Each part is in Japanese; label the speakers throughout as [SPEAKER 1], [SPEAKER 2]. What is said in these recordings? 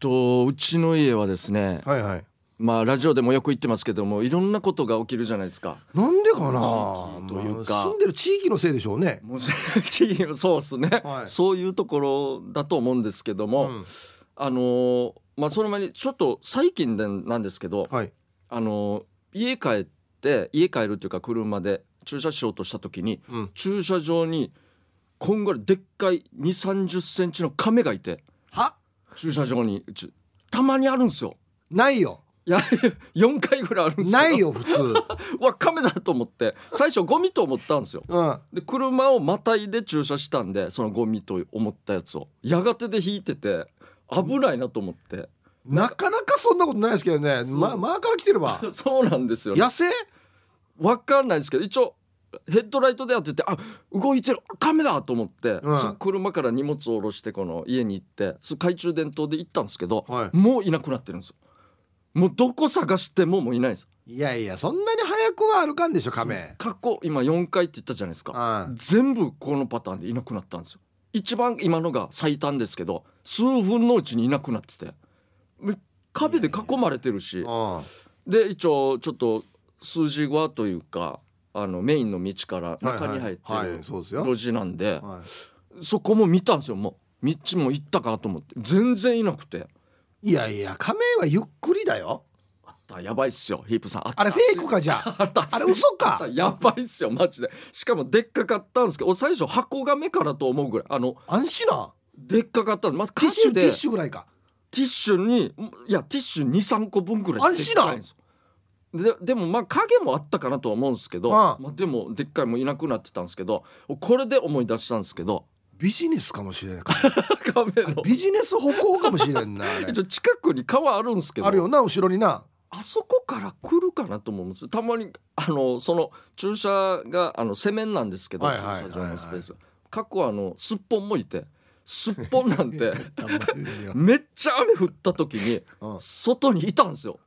[SPEAKER 1] とうちの家はですね
[SPEAKER 2] はいはい
[SPEAKER 1] まあラジオでもよく言ってますけどもいろんなことが起きるじゃないですか
[SPEAKER 2] なんでかな
[SPEAKER 1] 地域というか
[SPEAKER 2] まあ住んでる地域のせいでしょうね
[SPEAKER 1] もうそうです ね、
[SPEAKER 2] はい
[SPEAKER 1] そういうところだと思うんですけども、
[SPEAKER 2] うん
[SPEAKER 1] あのーまあその前にちょっと最近でなんですけど、
[SPEAKER 2] はい
[SPEAKER 1] あのー家帰って家帰るっていうか車で駐車しようとした時に
[SPEAKER 2] うん
[SPEAKER 1] 駐車場にこんがりでっかい2 3 0センチの亀がいて
[SPEAKER 2] は
[SPEAKER 1] 駐車場にうちたまにあるんですよ
[SPEAKER 2] ないよ
[SPEAKER 1] いや4回ぐらいあるんですけど
[SPEAKER 2] ないよ 普通
[SPEAKER 1] うわ亀だと思って最初ゴミと思ったんですよ
[SPEAKER 2] うん
[SPEAKER 1] で車をまたいで駐車したんでそのゴミと思ったやつをやがてで引いてて危ないなと思って、
[SPEAKER 2] なかなかそんなことないですけどね
[SPEAKER 1] そう
[SPEAKER 2] ままあから来てれば
[SPEAKER 1] そうなんですよね
[SPEAKER 2] 野生
[SPEAKER 1] わかんないんですけど一応ヘッドライトでやっててあ動いてる亀だと思って、
[SPEAKER 2] うん
[SPEAKER 1] すぐ車から荷物を下ろしてこの家に行ってすぐ懐中電灯で行ったんですけど、
[SPEAKER 2] は
[SPEAKER 1] もういなくなってるんですよもうどこ探してももういないんですよ
[SPEAKER 2] いやいやそんなに早くは歩かんでしょ亀
[SPEAKER 1] 過去今4回って言ったじゃないですか
[SPEAKER 2] うん
[SPEAKER 1] 全部このパターンでいなくなったんですよ一番今のが最短ですけど数分のうちにいなくなっててもう壁で囲まれてるし
[SPEAKER 2] うん
[SPEAKER 1] で一応ちょっと数字はというかあのメインの道から中に入って
[SPEAKER 2] はいはいは
[SPEAKER 1] る
[SPEAKER 2] いそうですよ
[SPEAKER 1] 路地なんで
[SPEAKER 2] は
[SPEAKER 1] そこも見たんですよもう道も行ったかなと思って全然いなくて
[SPEAKER 2] いいやいや亀はゆっくりだよ
[SPEAKER 1] あやばいっすよヒープさん
[SPEAKER 2] あれフェイクかじゃあ
[SPEAKER 1] あった
[SPEAKER 2] あれ嘘
[SPEAKER 1] あ
[SPEAKER 2] か
[SPEAKER 1] やばいっすよマジでしかもでっかかったんですけど最初箱が目からと思うぐらいあの
[SPEAKER 2] 安心な
[SPEAKER 1] でっかかったんですまず
[SPEAKER 2] ティッ
[SPEAKER 1] 歌
[SPEAKER 2] シ
[SPEAKER 1] 手
[SPEAKER 2] ュテ
[SPEAKER 1] で
[SPEAKER 2] ィッシュぐらいか
[SPEAKER 1] ティッシュにいやティッシュ23個分ぐらいでっかいんですよででもまあ影もあったかなとは思うんですけど、
[SPEAKER 2] ああ
[SPEAKER 1] まあ、でもでっかいもいなくなってたんですけどこれで思い出したんですけ ど
[SPEAKER 2] ビジネスかもしれない
[SPEAKER 1] カメの
[SPEAKER 2] ビジネス歩行かもしれんなあれ
[SPEAKER 1] 一応近くに川あるんですけど
[SPEAKER 2] あるよな後ろにな
[SPEAKER 1] あそこから来るかなと思うんですよたまにあのその駐車があのセメンなんですけど、
[SPEAKER 2] はいはい
[SPEAKER 1] 駐車場のスペースが過去あのすっぽんもいてすっぽんなん て めっちゃ雨降った時に
[SPEAKER 2] うん
[SPEAKER 1] 外にいたんですよ。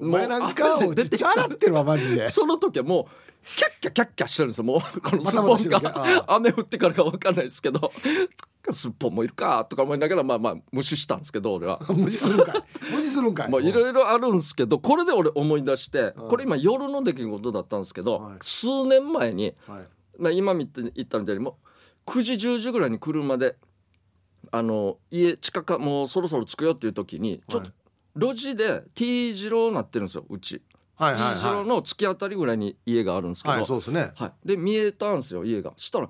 [SPEAKER 2] お前なんか
[SPEAKER 1] もう
[SPEAKER 2] おいちっちゃ洗ってるわマジで
[SPEAKER 1] その時はもうキャッキャキャッキャしてるんですよもうこの
[SPEAKER 2] ま
[SPEAKER 1] ス
[SPEAKER 2] た
[SPEAKER 1] ッ
[SPEAKER 2] ま
[SPEAKER 1] ポ
[SPEAKER 2] た
[SPEAKER 1] ン
[SPEAKER 2] して
[SPEAKER 1] が
[SPEAKER 2] るねあ
[SPEAKER 1] 雨降ってからか分かんないですけどすっぽんもいるかとか思いながらまあまあ無視したんですけど俺は。
[SPEAKER 2] 無視するんかい無視するんかい
[SPEAKER 1] まあいろいろあるんですけどこれで俺思い出して
[SPEAKER 2] うん
[SPEAKER 1] これ今夜の出来事だったんですけど
[SPEAKER 2] はい
[SPEAKER 1] 数年前に
[SPEAKER 2] はい
[SPEAKER 1] まあ今見て言ったみたいにもう9時10時ぐらいに車であの家近かもうそろそろ着くよっていう時にちょっと路地で T 字路になってるんですようち。
[SPEAKER 2] はい
[SPEAKER 1] T
[SPEAKER 2] はい
[SPEAKER 1] 字路
[SPEAKER 2] は
[SPEAKER 1] の突き当たりぐらいに家があるんですけ
[SPEAKER 2] い
[SPEAKER 1] ど
[SPEAKER 2] はいそうですね
[SPEAKER 1] はい、で見えたんですよ家がしたら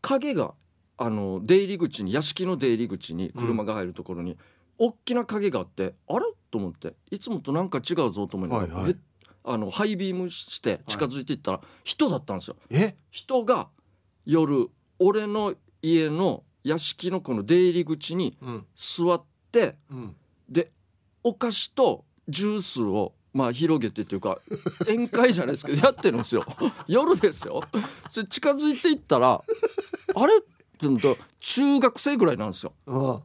[SPEAKER 1] 影があの出入り口に屋敷の出入り口に車が入るところに、大きな影があってあれと思っていつもとなんか違うぞと思いながら、
[SPEAKER 2] はいはい
[SPEAKER 1] であのハイビームして近づいていったら、人だったんですよ
[SPEAKER 2] え
[SPEAKER 1] 人が夜俺の家の屋敷のこの出入り口に
[SPEAKER 2] うん
[SPEAKER 1] 座って
[SPEAKER 2] うん
[SPEAKER 1] でお菓子とジュースをまあ広げてっていう か宴会じゃないですけどやってるんですよ夜ですよそれ近づいていったらあれって思ったら中学生ぐらいなんですよ
[SPEAKER 2] あ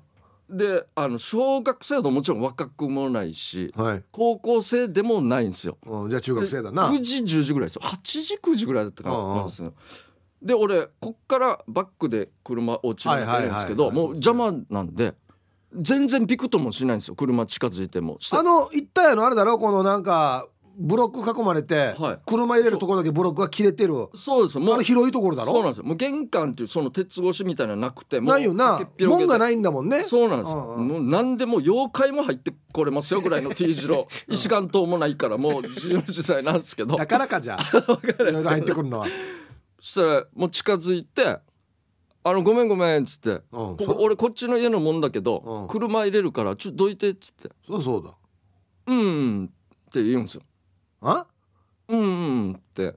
[SPEAKER 1] であの小学生だともちろん若くもないし
[SPEAKER 2] はい
[SPEAKER 1] 高校生でもないんですよ
[SPEAKER 2] うんじゃあ中
[SPEAKER 1] で
[SPEAKER 2] 学生だな
[SPEAKER 1] 9時10時ぐらいですよ8時9時ぐらいだったかな
[SPEAKER 2] うんうん
[SPEAKER 1] なんですよで俺こっからバックで車落ちるんですけど、
[SPEAKER 2] はいはいはい
[SPEAKER 1] もう邪魔なんで全然ビクともしないんですよ車近づいてもして
[SPEAKER 2] あの一体のあれだろこのなんかブロック囲まれて
[SPEAKER 1] はい
[SPEAKER 2] 車入れるところだけブロックが切れてるあ
[SPEAKER 1] そうですよもう
[SPEAKER 2] の広いところだ
[SPEAKER 1] そうなん
[SPEAKER 2] ろ
[SPEAKER 1] ですよもう玄関っていうその鉄越しみたいなのなくてもう
[SPEAKER 2] ないよな
[SPEAKER 1] 開けっぴろげで
[SPEAKER 2] 門がないんだもんね
[SPEAKER 1] そうなんですよ、
[SPEAKER 2] うんうん
[SPEAKER 1] もう何でも妖怪も入ってこれますよぐらいの T 字路、石岩島もないからもう自由自在なんですけど
[SPEAKER 2] だからか じゃあいろいろ入ってくるのは
[SPEAKER 1] そしたらもう近づいて「あのごめんごめん」っつって「
[SPEAKER 2] うん
[SPEAKER 1] ここ俺こっちの家のもんだけど、
[SPEAKER 2] うん
[SPEAKER 1] 車入れるからちょっとどいて」っつって
[SPEAKER 2] そうそうだ
[SPEAKER 1] 「うんうん」って言うんですよ
[SPEAKER 2] あ
[SPEAKER 1] 「うんうん」って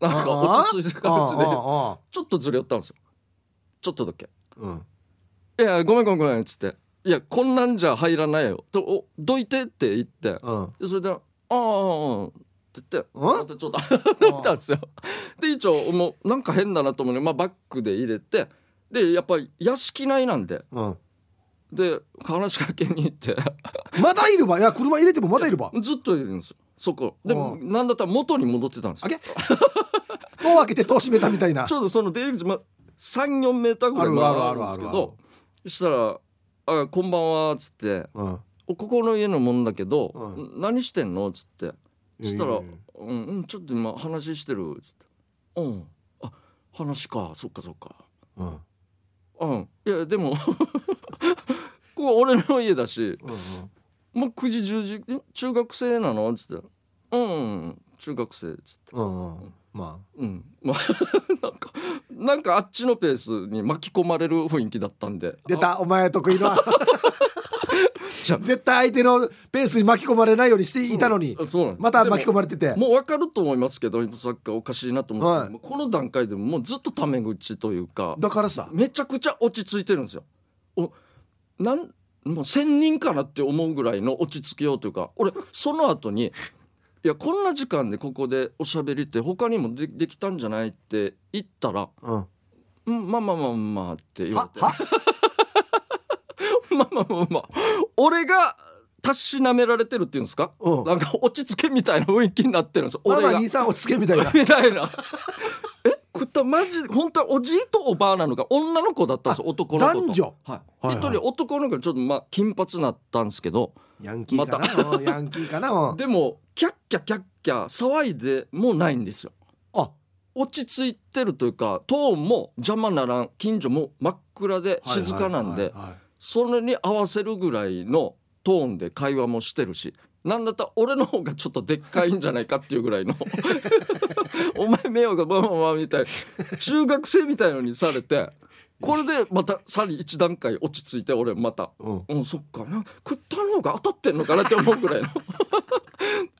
[SPEAKER 1] なんか落ち着いた感じで
[SPEAKER 2] ああああ
[SPEAKER 1] ちょっとずれ寄ったんですよちょっとだけ。
[SPEAKER 2] うん
[SPEAKER 1] いやごめんごめんごめんっつって「いやこんなんじゃ入らないよ」とお「どいて」って言って
[SPEAKER 2] うん
[SPEAKER 1] でそれで「ああああって言ってまたちょっと
[SPEAKER 2] うん
[SPEAKER 1] 飲んだんですよで一応もうなんか変だなと思うので、まあ、バッグで入れてでやっぱり屋敷内なんで
[SPEAKER 2] うん
[SPEAKER 1] で話しかけに行って
[SPEAKER 2] まだいるばいや車入れてもまだいるば
[SPEAKER 1] ずっといるんですよそこで
[SPEAKER 2] う
[SPEAKER 1] なんだったら元に戻ってたんです
[SPEAKER 2] あ
[SPEAKER 1] よ
[SPEAKER 2] げ戸を開けて戸を閉めたみたいな
[SPEAKER 1] ちょうどその出入り口、まあ、34メーターぐらい
[SPEAKER 2] あるあるある
[SPEAKER 1] あるんですけ
[SPEAKER 2] あるある
[SPEAKER 1] どそしたら「あこんばんは」っつって
[SPEAKER 2] うん
[SPEAKER 1] 「ここの家のもんだけど、
[SPEAKER 2] う
[SPEAKER 1] 何してんの?」っつって
[SPEAKER 2] いや
[SPEAKER 1] したら
[SPEAKER 2] いや
[SPEAKER 1] 「うん、うん、ちょっと今話してる」っつって「うんあ話かそっかそっか
[SPEAKER 2] うんうん
[SPEAKER 1] うんいやでも ここ俺の家だし
[SPEAKER 2] うん
[SPEAKER 1] もう9時10時え中学生なの?」っつって「うんうんうん中学生」っつって。
[SPEAKER 2] うんうんま
[SPEAKER 1] うん、まあ なんかなんかあっちのペースに巻き込まれる雰囲気だったんで
[SPEAKER 2] あ出たお前得意な
[SPEAKER 1] じゃあ
[SPEAKER 2] 絶対相手のペースに巻き込まれないようにしていたのに
[SPEAKER 1] あそうなんです
[SPEAKER 2] また巻き込
[SPEAKER 1] で
[SPEAKER 2] まれてて
[SPEAKER 1] ももう分かると思いますけどさっきからおかしいなと思って、
[SPEAKER 2] はい
[SPEAKER 1] もうこの段階でももうずっとタメ口というか
[SPEAKER 2] だからさ
[SPEAKER 1] めちゃくちゃ落ち着いてるんですよ。おなんもう千人かなって思うぐらいの落ち着きようというか俺その後に「いやこんな時間でここでおしゃべりって他にもでできたんじゃない?」って言ったら
[SPEAKER 2] うんは
[SPEAKER 1] 「うんまあまあまあまあ」って言われて
[SPEAKER 2] は
[SPEAKER 1] まあまあまあまあ俺がたしなめられてるっていうんですか、
[SPEAKER 2] うん
[SPEAKER 1] なんか落ち着けみたいな雰囲気になってるんですよ
[SPEAKER 2] まあ
[SPEAKER 1] 俺
[SPEAKER 2] ま
[SPEAKER 1] が
[SPEAKER 2] あ23落ち着けみたいな
[SPEAKER 1] みたいなえこれマジで本当はおじいとおばあなのか女の子だったんですよ男の子と
[SPEAKER 2] 男女
[SPEAKER 1] はい、
[SPEAKER 2] はいはい
[SPEAKER 1] 一人男の子でちょっとまあ金髪なったんですけど
[SPEAKER 2] ヤンキーかなうんヤンキーかなうん
[SPEAKER 1] でもキャッキャキャッキャ騒いでもないんですよ
[SPEAKER 2] あ
[SPEAKER 1] 落ち着いてるというかトーンも邪魔ならん近所も真っ暗で静かなんで
[SPEAKER 2] はいはいはいはい
[SPEAKER 1] それに合わせるぐらいのトーンで会話もしてるしなんだったら俺の方がちょっとでっかいんじゃないかっていうぐらいのお前迷惑がバンバンみたいな中学生みたいのにされてこれでまたさらに一段階落ち着いて俺また
[SPEAKER 2] うん
[SPEAKER 1] うんそっかな食ったのが当たってんのかなって思うぐらいの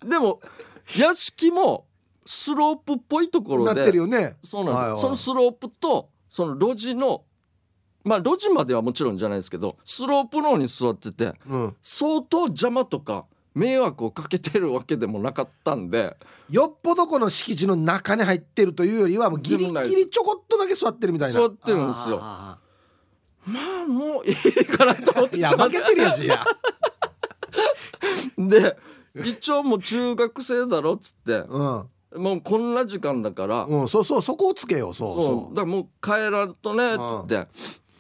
[SPEAKER 1] でも屋敷もスロープっぽいところ
[SPEAKER 2] なって
[SPEAKER 1] で
[SPEAKER 2] るよね
[SPEAKER 1] そうなんですよ、
[SPEAKER 2] はいはい
[SPEAKER 1] そのスロープとその路地のまあ路地まではもちろんじゃないですけどスロープの方に座ってて
[SPEAKER 2] うん
[SPEAKER 1] 相当邪魔とか迷惑をかけてるわけでもなかったんで
[SPEAKER 2] よっぽどこの敷地の中に入ってるというよりはもうギリ
[SPEAKER 1] でもない
[SPEAKER 2] ギ
[SPEAKER 1] です
[SPEAKER 2] リちょこっとだけ座ってるみたいな
[SPEAKER 1] 座ってるんですよ
[SPEAKER 2] あ
[SPEAKER 1] まあもういいかなと思っ
[SPEAKER 2] ー
[SPEAKER 1] て
[SPEAKER 2] い
[SPEAKER 1] し
[SPEAKER 2] や
[SPEAKER 1] まっ
[SPEAKER 2] 負けてるやしいや
[SPEAKER 1] で一応もう中学生だろっつって
[SPEAKER 2] うん
[SPEAKER 1] もうこんな時間だから
[SPEAKER 2] うんそうそうそこをつけようそう
[SPEAKER 1] そうだ
[SPEAKER 2] そ
[SPEAKER 1] からもう帰らんとねっつって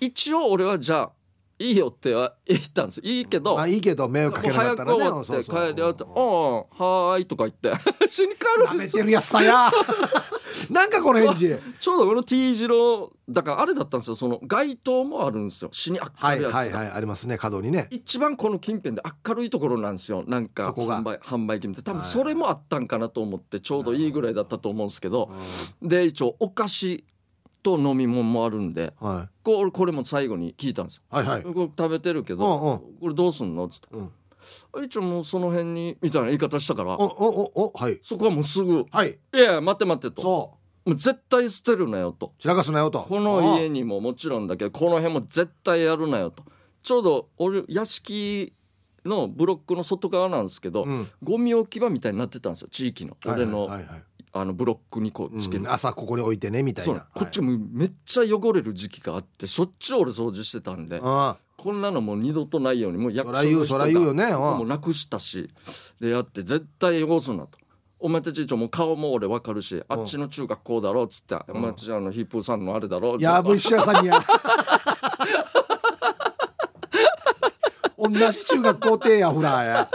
[SPEAKER 1] 一応俺はじゃあいいよっては言ったんですいいけ
[SPEAKER 2] う
[SPEAKER 1] ど
[SPEAKER 2] まあいいけど迷惑かけなか
[SPEAKER 1] 早
[SPEAKER 2] った
[SPEAKER 1] く
[SPEAKER 2] らね
[SPEAKER 1] 終わって帰りよって「うんん
[SPEAKER 2] ううんうん
[SPEAKER 1] はーい」とか言って 「死に帰
[SPEAKER 2] 舐
[SPEAKER 1] るん
[SPEAKER 2] め
[SPEAKER 1] です
[SPEAKER 2] て
[SPEAKER 1] よ
[SPEAKER 2] るやつさやなんかこの返事
[SPEAKER 1] ちょうど俺の T 字路だからあれだったんですよその街灯もあるんですよ死に明
[SPEAKER 2] は
[SPEAKER 1] るい
[SPEAKER 2] い
[SPEAKER 1] やつが、
[SPEAKER 2] はいはいありますね角にね
[SPEAKER 1] 一番この近辺で明るいところなんですよなんか
[SPEAKER 2] そこが
[SPEAKER 1] 販売販売機みたいな多分
[SPEAKER 2] はい
[SPEAKER 1] それもあったんかなと思ってちょうどいいぐらいだったと思うんですけど
[SPEAKER 2] う
[SPEAKER 1] で一応お菓子と飲み物もあるんで
[SPEAKER 2] んはい
[SPEAKER 1] こう俺これも最後に聞いたんですよ
[SPEAKER 2] はいはい
[SPEAKER 1] これ食べてるけ
[SPEAKER 2] うん
[SPEAKER 1] ど、
[SPEAKER 2] うん
[SPEAKER 1] これどうすんのっつって
[SPEAKER 2] うん
[SPEAKER 1] あ一応もうその辺にみたいな言い方したから
[SPEAKER 2] おおおおはい
[SPEAKER 1] そこはもうすぐ
[SPEAKER 2] はい
[SPEAKER 1] 「いやいや待って待って」と
[SPEAKER 2] そ
[SPEAKER 1] 「もう絶対捨てるなよ」と
[SPEAKER 2] う散らかすなよと
[SPEAKER 1] 「この家にももちろんだけどこの辺も絶対やるなよ」とちょうど俺屋敷のブロックの外側なんですけど、
[SPEAKER 2] うん
[SPEAKER 1] ゴミ置き場みたいになってたんですよ地域の俺の,、
[SPEAKER 2] はいはいはい
[SPEAKER 1] あのブロックにこうつけ
[SPEAKER 2] う
[SPEAKER 1] る、
[SPEAKER 2] ん朝ここに置いてねみたい
[SPEAKER 1] そう
[SPEAKER 2] な
[SPEAKER 1] なんこっち
[SPEAKER 2] も
[SPEAKER 1] もめっちゃ汚れる時期があってしょっちゅう俺掃除してたんで
[SPEAKER 2] あ
[SPEAKER 1] こんなのもう二度とないようにもう
[SPEAKER 2] あそ
[SPEAKER 1] 役
[SPEAKER 2] ら
[SPEAKER 1] 所
[SPEAKER 2] 言
[SPEAKER 1] の
[SPEAKER 2] う
[SPEAKER 1] 人
[SPEAKER 2] そ
[SPEAKER 1] が
[SPEAKER 2] ら言うよね
[SPEAKER 1] もう
[SPEAKER 2] う
[SPEAKER 1] なくしたしでやって絶対汚すなと。お前たち一応もう顔も俺わかるしあっちの中学校だろっつって、
[SPEAKER 2] ん
[SPEAKER 1] お前たちあのヒップーさんのあれだろ
[SPEAKER 2] んやぶ
[SPEAKER 1] い
[SPEAKER 2] いし屋さんや同じ中学校庭やほらや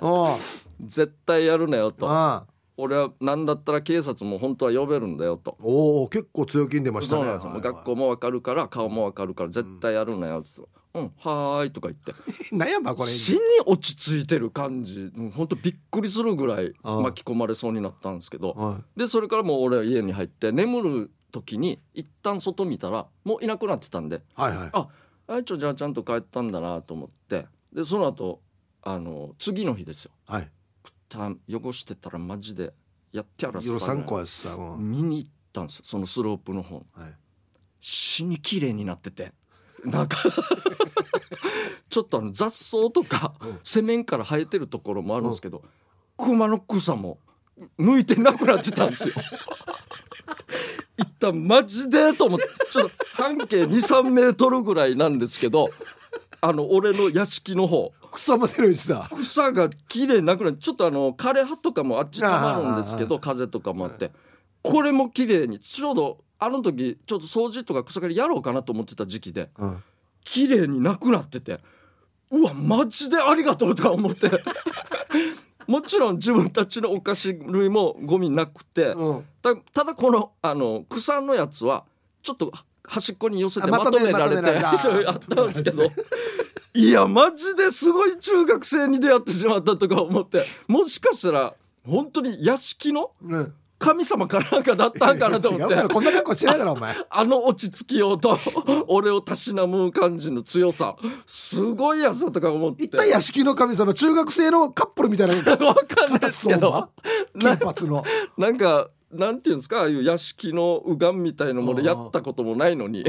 [SPEAKER 2] うん
[SPEAKER 1] 絶対やるなよと
[SPEAKER 2] ああ
[SPEAKER 1] 俺は何だったら警察も本当は呼べるんだよと
[SPEAKER 2] おお結構強気に出まし
[SPEAKER 1] そ
[SPEAKER 2] たね
[SPEAKER 1] うなんですよ、もう
[SPEAKER 2] はいはい
[SPEAKER 1] 学校もわかるから顔もわかるから絶対やるなよっつって「うん、はーい」とか言って
[SPEAKER 2] なんやばこれ
[SPEAKER 1] 死に落ち着いてる感じもう本当びっくりするぐらい
[SPEAKER 2] うん
[SPEAKER 1] 巻き込まれそうになったんですけど
[SPEAKER 2] はい
[SPEAKER 1] でそれからもう俺は家に入って眠る時に一旦外見たらもういなくなってたんで
[SPEAKER 2] はいはい
[SPEAKER 1] ああいちょじゃあちゃんと帰ったんだなと思ってでその後あの次の日ですよ
[SPEAKER 2] はい
[SPEAKER 1] た汚してたらマジでやってやら
[SPEAKER 2] 夜
[SPEAKER 1] さ
[SPEAKER 2] 三個やしさうん
[SPEAKER 1] 見に行ったんですよそのスロープの方
[SPEAKER 2] はい
[SPEAKER 1] 死に綺麗になっててなんかちょっとあの雑草とか
[SPEAKER 2] うん
[SPEAKER 1] 背面から生えてるところもあるんですけど、熊の草も抜いてなくなってたんですよ。一旦マジでと思ってちょっと半径23メートルぐらいなんですけどあの俺の屋敷の方
[SPEAKER 2] 草も出るしさ
[SPEAKER 1] 草が綺麗なくなってちょっとあの枯れ葉とかもあっちたまるんですけど風とかもあってこれも綺麗にちょうどあの時ちょっと掃除とか草刈りやろうかなと思ってた時期で
[SPEAKER 2] うん
[SPEAKER 1] 綺麗になくなっててううわマジでありがとうとか思ってもちろん自分たちのお菓子類もゴミなくて
[SPEAKER 2] うん
[SPEAKER 1] たただこのあの草のやつはちょっと端っこに寄せて
[SPEAKER 2] あ
[SPEAKER 1] ま
[SPEAKER 2] ま
[SPEAKER 1] と
[SPEAKER 2] と
[SPEAKER 1] め
[SPEAKER 2] め
[SPEAKER 1] られ
[SPEAKER 2] まとめ
[SPEAKER 1] て
[SPEAKER 2] られた
[SPEAKER 1] そうやったんですけど。いやマジですごい中学生に出会ってしまったとか思ってもしかしたら本当に屋敷の
[SPEAKER 2] うん
[SPEAKER 1] 神様かなんかだったんかなと思っ
[SPEAKER 2] 違うから
[SPEAKER 1] て
[SPEAKER 2] こんな格好しないだろお 前
[SPEAKER 1] あの落ち着きようと 俺をたしなむ感じの強さすごいやつだとか思って
[SPEAKER 2] 一体屋敷の神様中学生のカップルみたいな金
[SPEAKER 1] わかんないですけどな
[SPEAKER 2] 髪の
[SPEAKER 1] なんかなんていうんですかああいう屋敷のうがんみたいなものやったこともないのに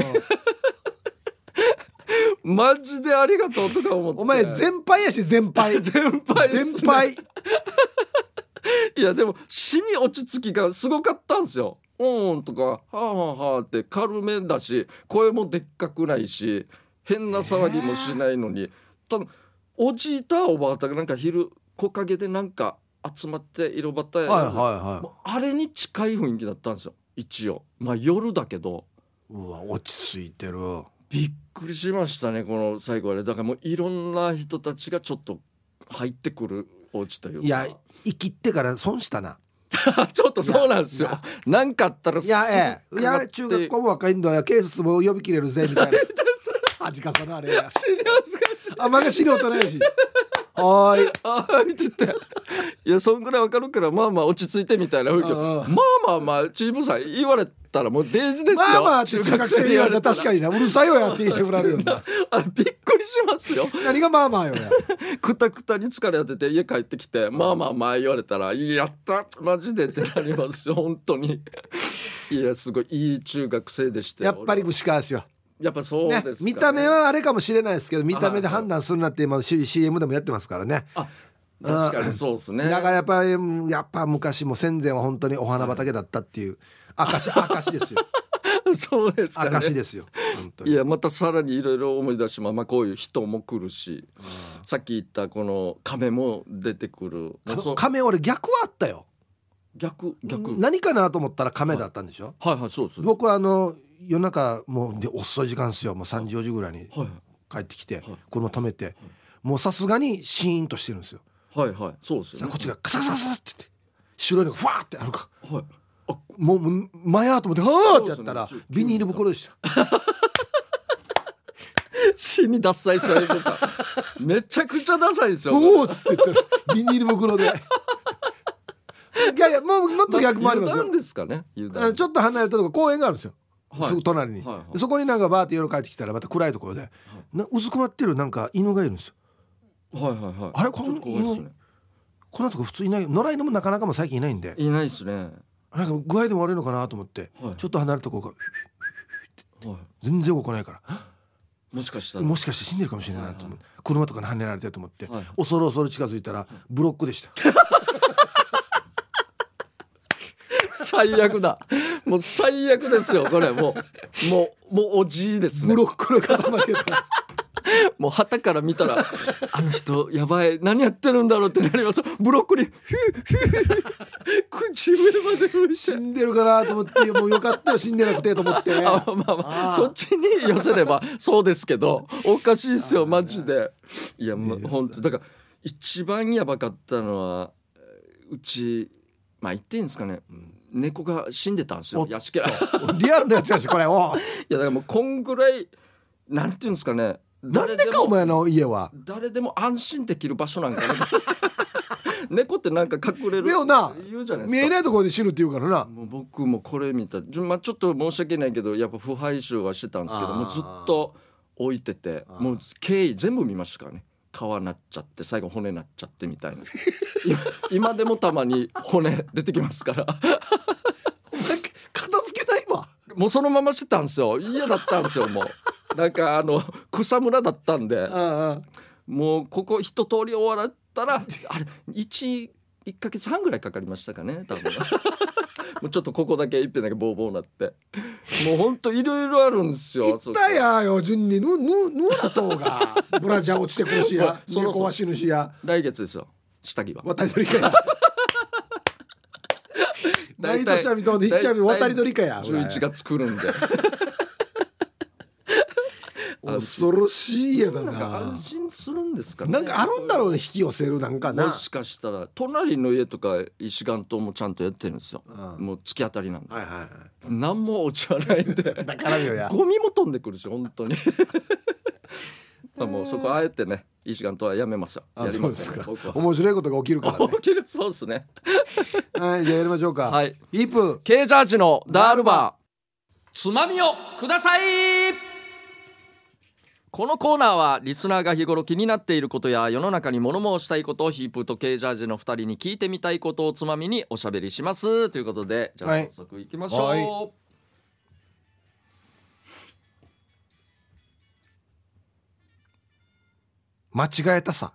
[SPEAKER 1] マジでありがとうとか思って
[SPEAKER 2] お前全敗やし全敗
[SPEAKER 1] 全敗ですね
[SPEAKER 2] 全敗
[SPEAKER 1] いやでも死に落ち着きがすごかったんですよ。うんとかはあはあはあって軽めだし声もでっかくないし変な騒ぎもしないのに、ただおじいたおばあたがなんか昼木陰でなんか集まって色ばったやるも
[SPEAKER 2] は
[SPEAKER 1] うあれに近い雰囲気だったんですよ一応まあ夜だけど
[SPEAKER 2] いはいうわ落ち着いてる
[SPEAKER 1] びっくりしましたねこの最後あれだからもういろんな人たちがちょっと入ってくるお家というか
[SPEAKER 2] いや生きってから損したな
[SPEAKER 1] あ ちょっとそうなんですよ
[SPEAKER 2] いや。
[SPEAKER 1] なんかあったらす
[SPEAKER 2] い
[SPEAKER 1] ぐか
[SPEAKER 2] やええい
[SPEAKER 1] かっ
[SPEAKER 2] や
[SPEAKER 1] て
[SPEAKER 2] 中学校も若いんだよ警察も呼びきれるぜみ たいな恥かさなあれや
[SPEAKER 1] 知り恥ずかしい。
[SPEAKER 2] あまが資料とないしは ーい
[SPEAKER 1] ああ、見てて。 いや、そんぐらいわかるから、まあまあ落ち着いてみたいな雰囲気。
[SPEAKER 2] うんうん
[SPEAKER 1] まあまあまあ、チームさん言われたらもうデージですよ。
[SPEAKER 2] まあまあ中学生に言われたら確か
[SPEAKER 1] に。
[SPEAKER 2] になうるさいわやって言ってもらえるよ な
[SPEAKER 1] あ、びっくりしますよ。
[SPEAKER 2] 何がまあまあよや
[SPEAKER 1] くたくたに疲れ当てて家帰ってきて、まあまあまあ言われたら、やったマジでってなりますよ、本当に。いや、すごいいい中学生でした
[SPEAKER 2] や
[SPEAKER 1] よ
[SPEAKER 2] っぱり牛川ですよ
[SPEAKER 1] やっぱそうで
[SPEAKER 2] ね
[SPEAKER 1] すか、ね
[SPEAKER 2] 見た目はあれかもしれないですけど見た目で判断するなって今 C- CM でもやってますからね
[SPEAKER 1] あ確かにそうですね。
[SPEAKER 2] だからやっぱりうんやっぱ昔も戦前は本当にお花畑だったっていう 証証ですよ
[SPEAKER 1] そうですかね
[SPEAKER 2] 証。ですよ本当
[SPEAKER 1] い
[SPEAKER 2] に
[SPEAKER 1] やまたさらにいろいろ思い出しままあこういう人も来るし、さっき言ったこの亀も出てくるもうそう
[SPEAKER 2] 亀俺逆はあったよ
[SPEAKER 1] 逆逆はい
[SPEAKER 2] 何かなと思ったら亀だったんでしょ
[SPEAKER 1] はいそうです
[SPEAKER 2] 僕はあの夜中もうで遅い時間ですよもう3時4時ぐらいに
[SPEAKER 1] はい
[SPEAKER 2] 帰ってきて
[SPEAKER 1] はい
[SPEAKER 2] 車止めてもうさすがにシーンとしてるんですよ
[SPEAKER 1] はいはいそうですよね
[SPEAKER 2] こっちがカサカサカサって言って白いのがフワーってあるか
[SPEAKER 1] はい
[SPEAKER 2] もうもう前やと思って「はあ!」ってやったら
[SPEAKER 1] そうですね
[SPEAKER 2] ビニール袋でした
[SPEAKER 1] 死にダサいそういうさ めちゃくちゃダサいです
[SPEAKER 2] 「
[SPEAKER 1] よ
[SPEAKER 2] おお!」っつって言ったらビニール 袋でいやいやもうもっと逆もあります
[SPEAKER 1] 油
[SPEAKER 2] よ
[SPEAKER 1] 断ですかね油
[SPEAKER 2] あの
[SPEAKER 1] 断
[SPEAKER 2] ちょっと離れたとこ公園があるんですよ、
[SPEAKER 1] はい
[SPEAKER 2] すぐ隣に、
[SPEAKER 1] はいはい
[SPEAKER 2] でそこになんかバーって夜帰ってきたらまた暗いところで、なうずくまってるなんか犬がいるんですよ
[SPEAKER 1] はいはいはい
[SPEAKER 2] あれこん
[SPEAKER 1] ちょっと怖いですね
[SPEAKER 2] こんなとこ普通いない野良犬もなかなかも最近いないんで
[SPEAKER 1] いないですねは
[SPEAKER 2] なんか具合でも悪いのかなと思って、
[SPEAKER 1] はい
[SPEAKER 2] ちょっと離れたとこから
[SPEAKER 1] い
[SPEAKER 2] 全然動かないから
[SPEAKER 1] もしかしたら
[SPEAKER 2] もしかして死んでるかもしれないなと思って、車とかに跳ねられてと思って、
[SPEAKER 1] はいはい
[SPEAKER 2] 恐る恐る近づいたらブロックでした
[SPEAKER 1] 最悪だもう最悪ですよこれもうもうもうおじいですね
[SPEAKER 2] ブロックの塊が
[SPEAKER 1] もう旗から見たらあの人やばい何やってるんだろうってなりますブロッコリーヒューヒューヒュー口上まで浮い
[SPEAKER 2] 死
[SPEAKER 1] て
[SPEAKER 2] んでるかなと思ってもうよかったよ死んでなくてと思 って
[SPEAKER 1] あまあま
[SPEAKER 2] あ
[SPEAKER 1] あ
[SPEAKER 2] ー
[SPEAKER 1] そっちに寄せればそうですけどおかしいですよマジでいやもう本当だから一番やばかったのはえーうちまあ言っていいんですかね、猫が死んでたんですよ
[SPEAKER 2] お
[SPEAKER 1] 屋敷いや
[SPEAKER 2] リアルなやつやしこれおう
[SPEAKER 1] だからもうこんぐらいなんていうんですかね
[SPEAKER 2] なんで
[SPEAKER 1] 誰
[SPEAKER 2] か
[SPEAKER 1] も
[SPEAKER 2] お前の家は
[SPEAKER 1] 誰でも安心できる場所なんかな 猫ってなんか隠れる
[SPEAKER 2] でもな
[SPEAKER 1] 言うじゃない
[SPEAKER 2] 見え
[SPEAKER 1] ですか
[SPEAKER 2] ないところで死ぬって言うからな
[SPEAKER 1] もう僕もこれ見た、じゅまあ、ちょっと申し訳ないけどやっぱ腐敗臭はしてたんですけど
[SPEAKER 2] あー
[SPEAKER 1] もうずっと置いてて
[SPEAKER 2] あー
[SPEAKER 1] もう経緯全部見ましたからね皮なっちゃって最後骨なっちゃってみたいな 今今でもたまに骨出てきますから
[SPEAKER 2] お前片付けないわ
[SPEAKER 1] もうそのまましてたんですよ嫌だったんですよもうなんかあの草むらだったんで
[SPEAKER 2] あ
[SPEAKER 1] もうここ一通り終わらったらあれ11ヶ月半ぐらいかかりましたかね多分 もうちょっとここだけ一遍だけボーボーなってもうほんといろいろあるんですよあそ
[SPEAKER 2] あ
[SPEAKER 1] こ
[SPEAKER 2] だやよ順にぬぬぬなとうがブラジャー落ちてくるしや
[SPEAKER 1] そうそう
[SPEAKER 2] 猫は死ぬしや
[SPEAKER 1] 来月ですよ下着は
[SPEAKER 2] 渡り鳥か や
[SPEAKER 1] 大
[SPEAKER 2] 毎
[SPEAKER 1] 体
[SPEAKER 2] 年は見とんで一ちゃみ渡り鳥かや
[SPEAKER 1] 11月来るんであ
[SPEAKER 2] 恐ろしいやだ
[SPEAKER 1] なんか
[SPEAKER 2] な
[SPEAKER 1] 安心するんですかね
[SPEAKER 2] なんかあるんだろうね引き寄せるなんかな
[SPEAKER 1] もしかしたら隣の家とか石岩島もちゃんとやってるんですよ
[SPEAKER 2] うん
[SPEAKER 1] もう突き当たりなんで
[SPEAKER 2] はいはいは
[SPEAKER 1] 何も落ちはないんで
[SPEAKER 2] いだから よや
[SPEAKER 1] ゴミも飛んでくるし本 当にまあもうそこあえてね石岩島はやめますよ
[SPEAKER 2] あ
[SPEAKER 1] やり
[SPEAKER 2] そう
[SPEAKER 1] ま
[SPEAKER 2] ですす
[SPEAKER 1] よ
[SPEAKER 2] か
[SPEAKER 1] 僕は
[SPEAKER 2] 面白いことが起きる からね
[SPEAKER 1] 起きるそうですね
[SPEAKER 2] はいじゃあやりましょうか
[SPEAKER 1] はい
[SPEAKER 2] イープ
[SPEAKER 1] K ジャージのダールバーつまみをくださいこのコーナーはリスナーが日頃気になっていることや世の中に物申したいことをヒープーと K ジャージの2人に聞いてみたいことをつまみにおしゃべりしますということでじゃあ
[SPEAKER 2] はい
[SPEAKER 1] 早速いきましょう、
[SPEAKER 2] はい間違えたさ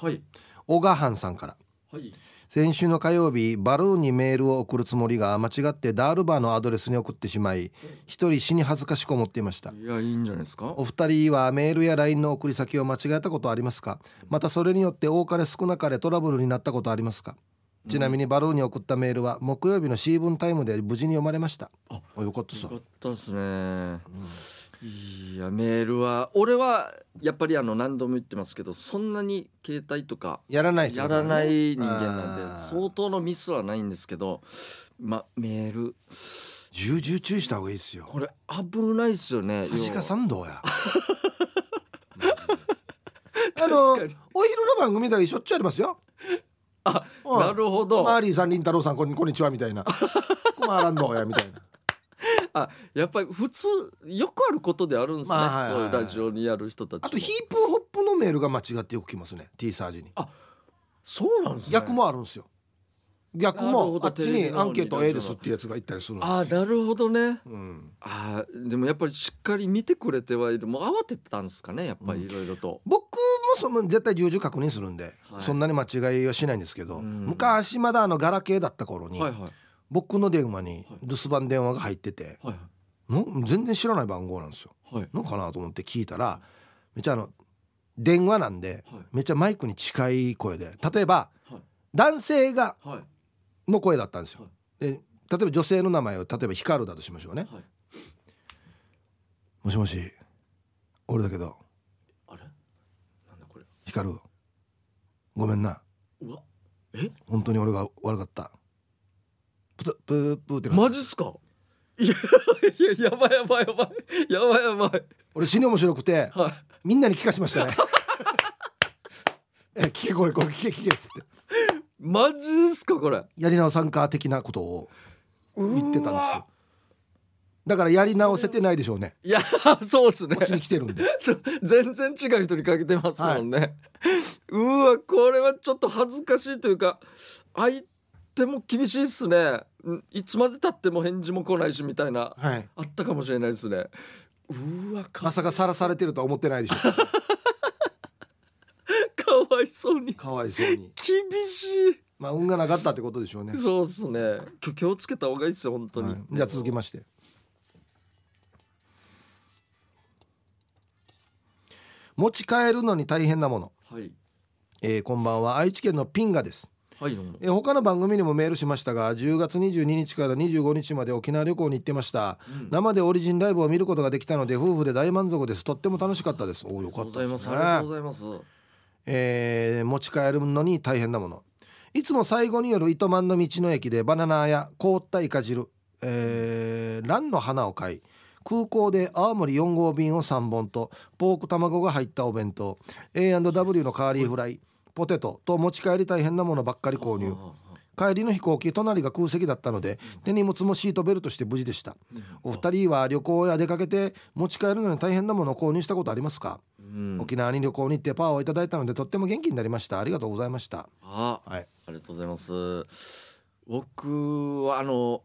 [SPEAKER 1] はい
[SPEAKER 2] 小川藩さんから
[SPEAKER 1] はい
[SPEAKER 2] 先週の火曜日バルーンにメールを送るつもりが間違ってダールバーのアドレスに送ってしまい一人死に恥ずかしく思っていました
[SPEAKER 1] いやいいんじゃないですか
[SPEAKER 2] お二人はメールや LINE の送り先を間違えたことありますかまたそれによって多かれ少なかれトラブルになったことありますかちなみにバルーンに送ったメールは木曜日の C 分タイムで無事に読まれました
[SPEAKER 1] あ
[SPEAKER 2] あよかった
[SPEAKER 1] よかったですね、いやメールは俺はやっぱりあの何度も言ってますけどそんなに携帯とか
[SPEAKER 2] やらないって
[SPEAKER 1] や
[SPEAKER 2] ことだ
[SPEAKER 1] ら
[SPEAKER 2] ね
[SPEAKER 1] ない人間なん
[SPEAKER 2] あ
[SPEAKER 1] で
[SPEAKER 2] ー
[SPEAKER 1] 相当のミスはないんですけどまメール
[SPEAKER 2] 重々注意した方がいいですよ
[SPEAKER 1] これ危ないですよね
[SPEAKER 2] 橋かさ
[SPEAKER 1] ん
[SPEAKER 2] んど うやあのお
[SPEAKER 1] 確かに
[SPEAKER 2] 昼の番組ではしょっちゅうありますよ
[SPEAKER 1] あ
[SPEAKER 2] うん
[SPEAKER 1] なるほど
[SPEAKER 2] マーリーさん、りんたろうさん、こんこんにちはみた いな。コマーランドやみたいな。
[SPEAKER 1] あやっぱり普通よくあることであるんですね、
[SPEAKER 2] まあはいはい
[SPEAKER 1] そうい
[SPEAKER 2] はい
[SPEAKER 1] うラジオにやる人たちも
[SPEAKER 2] あとヒープホップのメールが間違ってよく来ますね。T サージに。
[SPEAKER 1] そうなんですね
[SPEAKER 2] 逆もあるんですよ。逆
[SPEAKER 1] なるほ
[SPEAKER 2] も
[SPEAKER 1] ど
[SPEAKER 2] あっち
[SPEAKER 1] テレビ
[SPEAKER 2] に
[SPEAKER 1] の方
[SPEAKER 2] ア
[SPEAKER 1] に
[SPEAKER 2] ンケート A ですっていうやつが行ったりするんです。
[SPEAKER 1] あなるほどね
[SPEAKER 2] うん。
[SPEAKER 1] あーでもやっぱりしっかり見てくれてはいるもう慌ててたんですかねやっぱりいろいろと、
[SPEAKER 2] 僕もその絶対重々確認するんで、
[SPEAKER 1] はい
[SPEAKER 2] そんなに間違いはしないんですけど、
[SPEAKER 1] うん
[SPEAKER 2] 昔まだあのガラケーだった頃に、
[SPEAKER 1] はいはいはい
[SPEAKER 2] 僕の電話に
[SPEAKER 1] はい
[SPEAKER 2] 留守番電話が入ってて、
[SPEAKER 1] はい
[SPEAKER 2] の全然知らない番号なんですよ。
[SPEAKER 1] はいはい
[SPEAKER 2] のかなと思って聞いたらめっちゃあの電話なんでめっちゃマイクに近い声で例えば
[SPEAKER 1] はい
[SPEAKER 2] 男性が
[SPEAKER 1] はい
[SPEAKER 2] の声だったんです
[SPEAKER 1] は
[SPEAKER 2] よ。で例えば女性の名前を例えば光だとしましょうね。
[SPEAKER 1] はい
[SPEAKER 2] もしもし俺だけど
[SPEAKER 1] あれなんだこれ
[SPEAKER 2] 光ごめんな
[SPEAKER 1] うわえ
[SPEAKER 2] 本当に俺が悪かった。プツプープーってな
[SPEAKER 1] マジっすかいやいややばいやばいやばいやばいやばい
[SPEAKER 2] 俺死に面白くて
[SPEAKER 1] はい
[SPEAKER 2] みんなに聞かしましたね。 え聞けこれこれ聞け聞けっつって
[SPEAKER 1] マジっすかこれ
[SPEAKER 2] やり直さんか的なことを言
[SPEAKER 1] 言
[SPEAKER 2] ってたんですよだからやり直せてないでしょうね
[SPEAKER 1] いやそうっすね
[SPEAKER 2] こっちに来てる んで
[SPEAKER 1] 全然違う人にかけてますもんね、うわこれはちょっと恥ずかしいというか相手も厳しいっすねんいつまでたっても返事も来ないしみたいな
[SPEAKER 2] はい
[SPEAKER 1] あったかもしれないですねうわか
[SPEAKER 2] まさかさらされてるとは思ってないでしょう
[SPEAKER 1] かわいそうに
[SPEAKER 2] かわいそうに
[SPEAKER 1] 厳し
[SPEAKER 2] まあ運がなかったってことでしょうね
[SPEAKER 1] いそうっすねきょ気をつけた方がいいっすよ本当に、
[SPEAKER 2] はいじゃあ続きまして持ち帰るのに大変なもの、
[SPEAKER 1] はい
[SPEAKER 2] えーこんばんは愛知県のピンガです
[SPEAKER 1] はいどうも
[SPEAKER 2] えー他の番組にもメールしましたが10月22日から25日まで沖縄旅行に行ってました、
[SPEAKER 1] うん
[SPEAKER 2] 生でオリジンライブを見ることができたので夫婦で大満足ですとっても楽しかったですおおよか
[SPEAKER 1] あ
[SPEAKER 2] っ
[SPEAKER 1] りがとうござい
[SPEAKER 2] たで
[SPEAKER 1] ますす
[SPEAKER 2] ね
[SPEAKER 1] ありがとうございます
[SPEAKER 2] えー持ち帰るのに大変なものいつも最後による糸満の道の駅でバナナや凍ったイカ汁、えー、蘭の花を買い空港で青森4号便を3本とポーク卵が入ったお弁当 A&W のカーリーフライポテトと持ち帰り大変なものばっかり購入
[SPEAKER 1] あああ
[SPEAKER 2] 帰りの飛行機隣が空席だったので手荷物もシートベルトして無事でした
[SPEAKER 1] あ
[SPEAKER 2] お二人は旅行や出かけて持ち帰るのに大変なものを購入したことありますか
[SPEAKER 1] うん
[SPEAKER 2] 沖縄に旅行に行ってパワーをいただいたのでとっても元気になりましたありがとうございました
[SPEAKER 1] あ
[SPEAKER 2] はい
[SPEAKER 1] ありがとうございます。僕はあの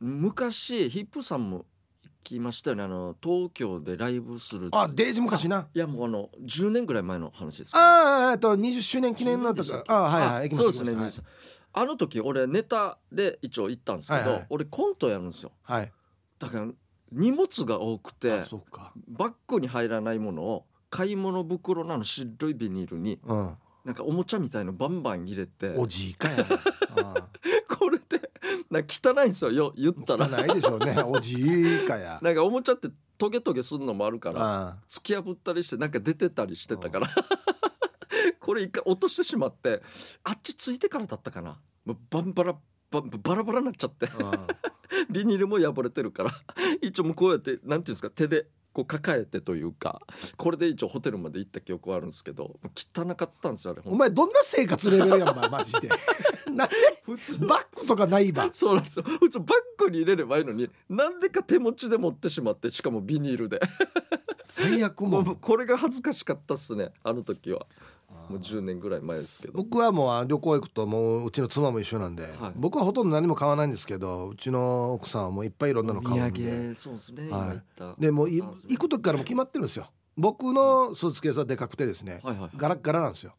[SPEAKER 1] 昔ヒップさんも行きましたよね。あの東京でライブする。
[SPEAKER 2] あデイジ昔ない
[SPEAKER 1] やもうあの10年ぐらい前の話です。
[SPEAKER 2] あーえっと20周年記念
[SPEAKER 1] 10年
[SPEAKER 2] の
[SPEAKER 1] で
[SPEAKER 2] と
[SPEAKER 1] したっ
[SPEAKER 2] か
[SPEAKER 1] け
[SPEAKER 2] あはいはい行き
[SPEAKER 1] あ
[SPEAKER 2] ま
[SPEAKER 1] そう
[SPEAKER 2] し
[SPEAKER 1] です
[SPEAKER 2] た
[SPEAKER 1] ね。
[SPEAKER 2] 行きま
[SPEAKER 1] 皆
[SPEAKER 2] し
[SPEAKER 1] さんあの時俺ネタで一応行ったんですけど、
[SPEAKER 2] はいはい
[SPEAKER 1] 俺コントやるんですよ。
[SPEAKER 2] たはい
[SPEAKER 1] だから荷物が多くて
[SPEAKER 2] あそうか
[SPEAKER 1] バッグに入らないものを買い物袋なの白いビニールに
[SPEAKER 2] うん
[SPEAKER 1] なんかおもちゃみたいのバンバン入れて
[SPEAKER 2] おじいかやあ
[SPEAKER 1] これでなんか汚いんですよよ言ったら
[SPEAKER 2] ー汚いでしょうねおじいかや
[SPEAKER 1] なんかおもちゃってトゲトゲするのもあるから
[SPEAKER 2] あ
[SPEAKER 1] 突き破ったりしてなんか出てたりしてたから これ一回落としてしまってあっちついてからだったかなもうバンバラバンバラバラになっちゃって
[SPEAKER 2] あうん
[SPEAKER 1] ビニールも破れてるから 一応もうこうやってなんていうんですか手でこう抱えてというかこれで一応ホテルまで行った記憶はあるんですけどもう汚かったんですよあれほん
[SPEAKER 2] お
[SPEAKER 1] と
[SPEAKER 2] 前どんな生活レベルやんお前マジで なんで
[SPEAKER 1] 普通
[SPEAKER 2] バッグとかないば
[SPEAKER 1] そうなんですよ普通バッグに入れればいいのになんでか手持ちで持ってしまってしかもビニールで
[SPEAKER 2] 最悪
[SPEAKER 1] も
[SPEAKER 2] も
[SPEAKER 1] うこれが恥ずかしかったっすねあの時はもう
[SPEAKER 2] う
[SPEAKER 1] 10年ぐらい前ですけど
[SPEAKER 2] 僕はもう旅行行くともううちの妻も一緒なんで、
[SPEAKER 1] はい
[SPEAKER 2] 僕はほとんど何も買わないんですけどうちの奥さんはもういっぱいいろんなの買うんで
[SPEAKER 1] そうですね、
[SPEAKER 2] はい
[SPEAKER 1] 今言った
[SPEAKER 2] でもうい
[SPEAKER 1] あそう
[SPEAKER 2] 行く時からもう決まってるんですよ僕のスーツケースはでかくてですね、
[SPEAKER 1] はいはい
[SPEAKER 2] ガラッガラなんですよ、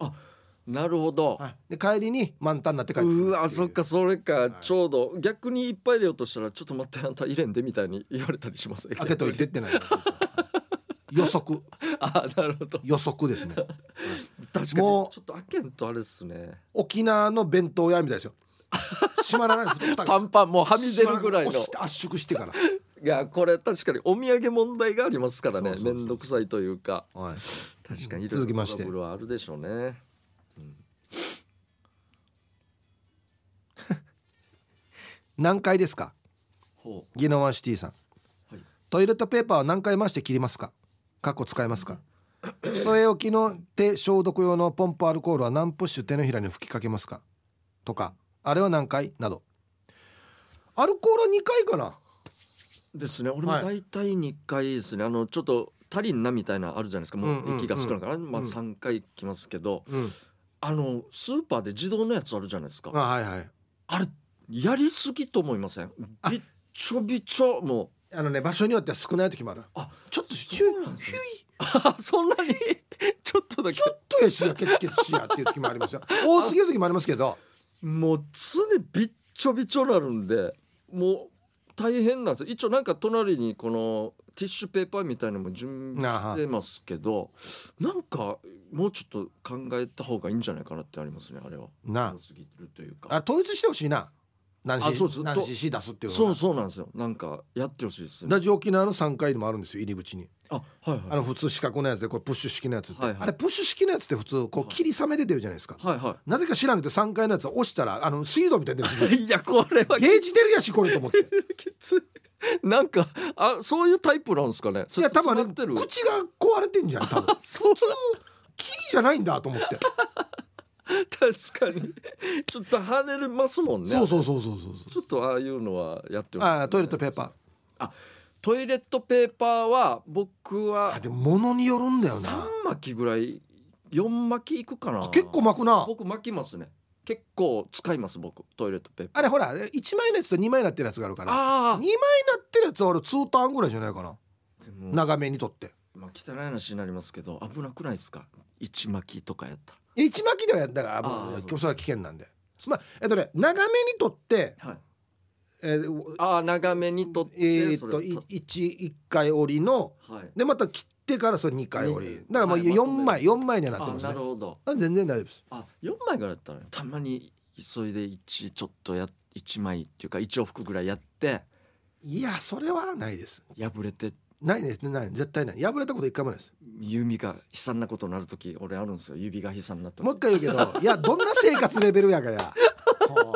[SPEAKER 1] なるほど、
[SPEAKER 2] で帰りに満タンになって帰ってくるっていう
[SPEAKER 1] わそっかそれか、
[SPEAKER 2] はい
[SPEAKER 1] ちょうど逆にいっぱい入れようとしたらちょっと待ってあんた入れんでみたいに言われたりします
[SPEAKER 2] 開けといてってないの予測
[SPEAKER 1] あなるほど
[SPEAKER 2] 予測ですね
[SPEAKER 1] 確かに
[SPEAKER 2] もう
[SPEAKER 1] ちょっと開けんとあれですね
[SPEAKER 2] 沖縄の弁当屋みたいですよ閉まらない 蓋が
[SPEAKER 1] パンパンもうはみ出るぐらいの
[SPEAKER 2] 押して圧縮してか
[SPEAKER 1] い
[SPEAKER 2] ら、
[SPEAKER 1] やこれ確かにお土産問題がありますからね
[SPEAKER 2] そうそうそう
[SPEAKER 1] 面倒くさいというか
[SPEAKER 2] はい、
[SPEAKER 1] 確かに
[SPEAKER 2] 続きまして
[SPEAKER 1] トラブルはあるでしょうね
[SPEAKER 2] 何回ですか
[SPEAKER 1] ほ
[SPEAKER 2] ギノワンシティさん、
[SPEAKER 1] はい
[SPEAKER 2] トイレットペーパーは何回回して切りますかかっこ使いますか添え置きの手消毒用のポンプアルコールは何プッシュ手のひらに吹きかけますかとかあれは何回などアルコールは2回かな
[SPEAKER 1] うですね俺も
[SPEAKER 2] はい
[SPEAKER 1] 大体2回ですね、あのちょっと足りんなみたいなのあるじゃないですかも
[SPEAKER 2] うんうんう
[SPEAKER 1] うん息が少ないから、まあ、
[SPEAKER 2] うん
[SPEAKER 1] 3回来ますけど、
[SPEAKER 2] うん
[SPEAKER 1] あのスーパーで自動のやつあるじゃないですか
[SPEAKER 2] あはいはい
[SPEAKER 1] あれやりすぎと思いません
[SPEAKER 2] あ
[SPEAKER 1] びっちょびちょもう
[SPEAKER 2] あのね場所によっては少ない時もある
[SPEAKER 1] あ
[SPEAKER 2] ちょっとヒュ
[SPEAKER 1] そうなん
[SPEAKER 2] イ
[SPEAKER 1] で
[SPEAKER 2] ヒ
[SPEAKER 1] す
[SPEAKER 2] ュ
[SPEAKER 1] ね
[SPEAKER 2] イ
[SPEAKER 1] あ そんなにちょっとだけ
[SPEAKER 2] ちょっとやしやケチケチしやっていう時もあ りますよ多すぎる時もありますけど
[SPEAKER 1] もう常びっちょびちょなるんでもう大変なんですよ一応なんか隣にこのティッシュペーパーみたいなのも準備してますけどなんかもうちょっと考えた方がいいんじゃないかなってありますねあれは
[SPEAKER 2] な
[SPEAKER 1] 多すぎるという
[SPEAKER 2] あ
[SPEAKER 1] か
[SPEAKER 2] 統一してほしいな何
[SPEAKER 1] あそうです
[SPEAKER 2] C 何 CC 出すっていうのが
[SPEAKER 1] そうそうなんですよなんかやってほしいですね
[SPEAKER 2] ラジオ沖縄の3階にもあるんですよ入り口に
[SPEAKER 1] あはいはい
[SPEAKER 2] あの普通四角のやつでこれプッシュ式のやつって、
[SPEAKER 1] はいはい
[SPEAKER 2] あれプッシュ式のやつって普通こう霧雨で出るじゃないですか、
[SPEAKER 1] はいは
[SPEAKER 2] なぜか知らんけど3階のやつは押したらあの水道みたいに出る んですよ
[SPEAKER 1] いいやこれは
[SPEAKER 2] ゲージ出るやしこれと思ってい
[SPEAKER 1] きついなんかあそういうタイプなんですかね
[SPEAKER 2] や多分あれ
[SPEAKER 1] 詰まって
[SPEAKER 2] 口
[SPEAKER 1] る
[SPEAKER 2] が壊れてんじゃん 多分
[SPEAKER 1] そう
[SPEAKER 2] 霧じゃないんだと思って
[SPEAKER 1] 確かにちょっと跳ねるますもんね
[SPEAKER 2] そうそうそうそうそう
[SPEAKER 1] ちょっとああいうのはやってます、
[SPEAKER 2] ああトイレットペーパー
[SPEAKER 1] トイレットペーパーは僕
[SPEAKER 2] あ
[SPEAKER 1] は
[SPEAKER 2] でも物によるんだよな
[SPEAKER 1] 3巻きぐらい4巻きいくかな
[SPEAKER 2] 結構巻くな
[SPEAKER 1] 僕巻きますね結構使います僕トイレットペーパー
[SPEAKER 2] あれほら1枚のやつと2枚になってるやつがあるから2
[SPEAKER 1] あ
[SPEAKER 2] 枚になってるやつは俺2ターンぐらいじゃないかな
[SPEAKER 1] あでも
[SPEAKER 2] 長めにとって
[SPEAKER 1] まあ、汚い話になりますけど危なくないですか一巻きとかやった
[SPEAKER 2] いや一巻きではやだからもう
[SPEAKER 1] あー
[SPEAKER 2] 今日それは危険なんでまあえっとね長めにとって、
[SPEAKER 1] ら、はい、
[SPEAKER 2] えーお
[SPEAKER 1] ああ長めにとって
[SPEAKER 2] えーっ
[SPEAKER 1] そ
[SPEAKER 2] と
[SPEAKER 1] れ
[SPEAKER 2] い一一回折りの
[SPEAKER 1] はい
[SPEAKER 2] でまた切ってからそれ二回折り
[SPEAKER 1] 二
[SPEAKER 2] だからもう
[SPEAKER 1] はい
[SPEAKER 2] 四枚四枚にはなって
[SPEAKER 1] あ
[SPEAKER 2] ます
[SPEAKER 1] な
[SPEAKER 2] ね
[SPEAKER 1] るほど
[SPEAKER 2] あ全然大丈夫です
[SPEAKER 1] あ四枚ぐらいだったらねたまに急いで一ちょっとや一枚っていうか一往復ぐらいやって
[SPEAKER 2] いやそれはないです
[SPEAKER 1] 破れて
[SPEAKER 2] ないですねない絶対ない破れたこと一回もないです
[SPEAKER 1] 指が悲惨なことになる時俺あるんですよ指が悲惨なと
[SPEAKER 2] もう一回言うけ どいやどんな生活レベルやがやほ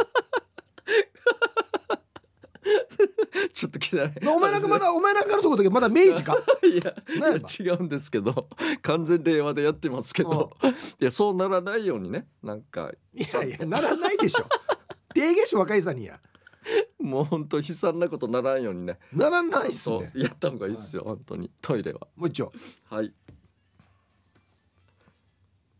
[SPEAKER 1] ちょっと汚いう
[SPEAKER 2] お前なんかまだお前なんかあるとこだけどまだ 明治か
[SPEAKER 1] いや
[SPEAKER 2] なんや
[SPEAKER 1] いや違うんですけど完全令和でやってますけど いやそうならないようにねなんか
[SPEAKER 2] いやいやならないでしょ定義し若いさにや
[SPEAKER 1] もう本当悲惨なことならんようにね
[SPEAKER 2] ならないっす
[SPEAKER 1] そう
[SPEAKER 2] ね
[SPEAKER 1] やった方がいいっすよ本当にトイレは
[SPEAKER 2] もう一丁
[SPEAKER 1] はい
[SPEAKER 2] は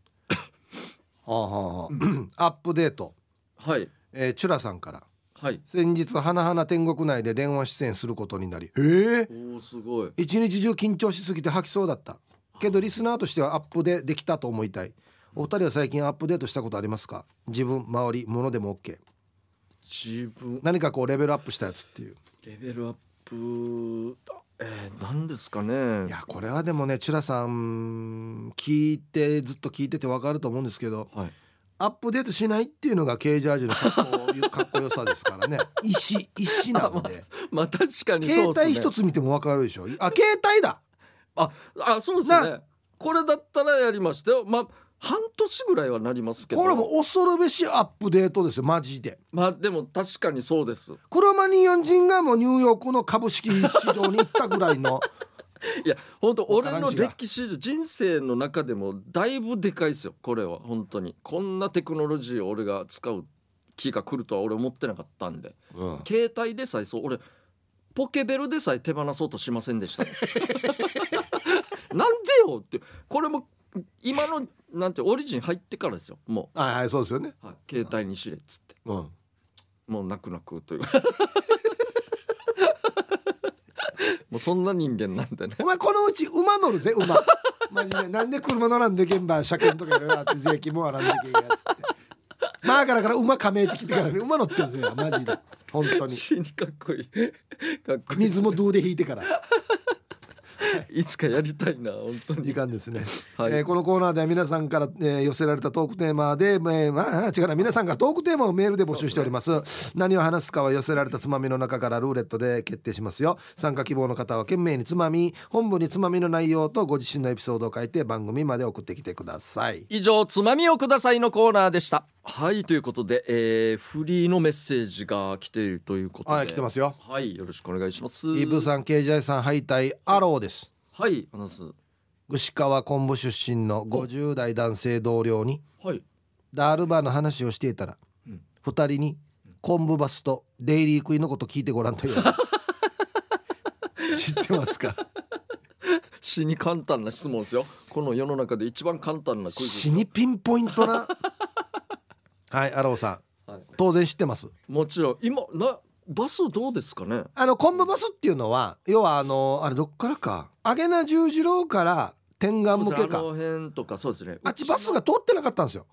[SPEAKER 2] あはあはあ アップデート、
[SPEAKER 1] はい
[SPEAKER 2] えーチュラさんから
[SPEAKER 1] はい
[SPEAKER 2] 先日花々天国内で電話出演することになりへえ
[SPEAKER 1] おおすごい
[SPEAKER 2] 一日中緊張しすぎて吐きそうだったけどリスナーとしてはアップでできたと思いたいお二人は最近アップデートしたことありますか自分周りものでも OK
[SPEAKER 1] 自分
[SPEAKER 2] 何かこうレベルアップしたやつっていう
[SPEAKER 1] レベルアップえー、何ですかね
[SPEAKER 2] いやこれはでもねチュラさん聞いてずっと聞いてて分かると思うんですけど
[SPEAKER 1] はい
[SPEAKER 2] アップデートしないっていうのがケージャージュのかっこよ かっこよさですからね石石なんで、
[SPEAKER 1] まあ確かに
[SPEAKER 2] 携
[SPEAKER 1] そうですね
[SPEAKER 2] 帯一つ見ても分かるでしょあ携帯だ
[SPEAKER 1] あそうですねこれだったらやりましたよまあ半年ぐらいはなりますけど
[SPEAKER 2] これも恐るべしアップデートですよマジで
[SPEAKER 1] まあでも確かにそうです
[SPEAKER 2] クロマニヨン人がもうニューヨークの株式市場に行ったぐらいの
[SPEAKER 1] いや本当
[SPEAKER 2] わか
[SPEAKER 1] 俺
[SPEAKER 2] らんし
[SPEAKER 1] の歴史人生の中でもだいぶでかいですよこれは本当にこんなテクノロジーを俺が使う気が来るとは俺思ってなかったんで
[SPEAKER 2] うん
[SPEAKER 1] 携帯でさえそう俺ポケベルでさえ手放そうとしませんでした なんでよってこれも今のなんてオリジン入ってからですよも
[SPEAKER 2] はいはいそうですよね
[SPEAKER 1] う、はい携帯にしれっつって
[SPEAKER 2] うん
[SPEAKER 1] もう泣く泣く というもうそんな人間なんでね
[SPEAKER 2] お前このうち馬乗るぜ馬マジでなんで車乗らんでけんば車検とかいろいろあって税金もあらんでけんやつってまあからから馬加盟ってきてからね馬乗ってるぜマジで本当に
[SPEAKER 1] 死にかっこいいかっこいい
[SPEAKER 2] 水もドゥで引いてから
[SPEAKER 1] いつかやりたいな本当
[SPEAKER 2] 時
[SPEAKER 1] に、
[SPEAKER 2] 間ですね、
[SPEAKER 1] はい
[SPEAKER 2] えーこのコーナーでは皆さんから、えー寄せられたトークテーマで、えーまあ、違うな皆さんからトークテーマをメールで募集しております何を話すかは寄せられたつまみの中からルーレットで決定しますよ参加希望の方は懸命につまみ本部につまみの内容とご自身のエピソードを書いて番組まで送ってきてください
[SPEAKER 1] 以上つまみをくださいのコーナーでしたはいということで、えーフリーのメッセージが来ているということで
[SPEAKER 2] はい来てますよ
[SPEAKER 1] はいよろしくお願いします
[SPEAKER 2] イブさん、ケイジャイさん、敗退、アローです。
[SPEAKER 1] はいアナウンス
[SPEAKER 2] 牛川昆布出身の50代男性同僚に、
[SPEAKER 1] はい
[SPEAKER 2] ダールバーの話をしていたら、
[SPEAKER 1] うん
[SPEAKER 2] 二人に昆布バスとデイリークイーンのこと聞いてごらん と言われた知ってますか
[SPEAKER 1] 死に簡単な質問ですよこの世の中で一番簡単なクイズ
[SPEAKER 2] 死にピンポイン トな。はい、アローさん、
[SPEAKER 1] はい
[SPEAKER 2] 当然知ってます。
[SPEAKER 1] もちろん今なバスどうですかね
[SPEAKER 2] あの昆布バスっていうのは、要はあの、あれどっからか、アゲナ十字路から天眼向
[SPEAKER 1] そう
[SPEAKER 2] け
[SPEAKER 1] ですねあの
[SPEAKER 2] か。
[SPEAKER 1] 辺とかそうですね
[SPEAKER 2] あっちバスが通ってなかったんですよ。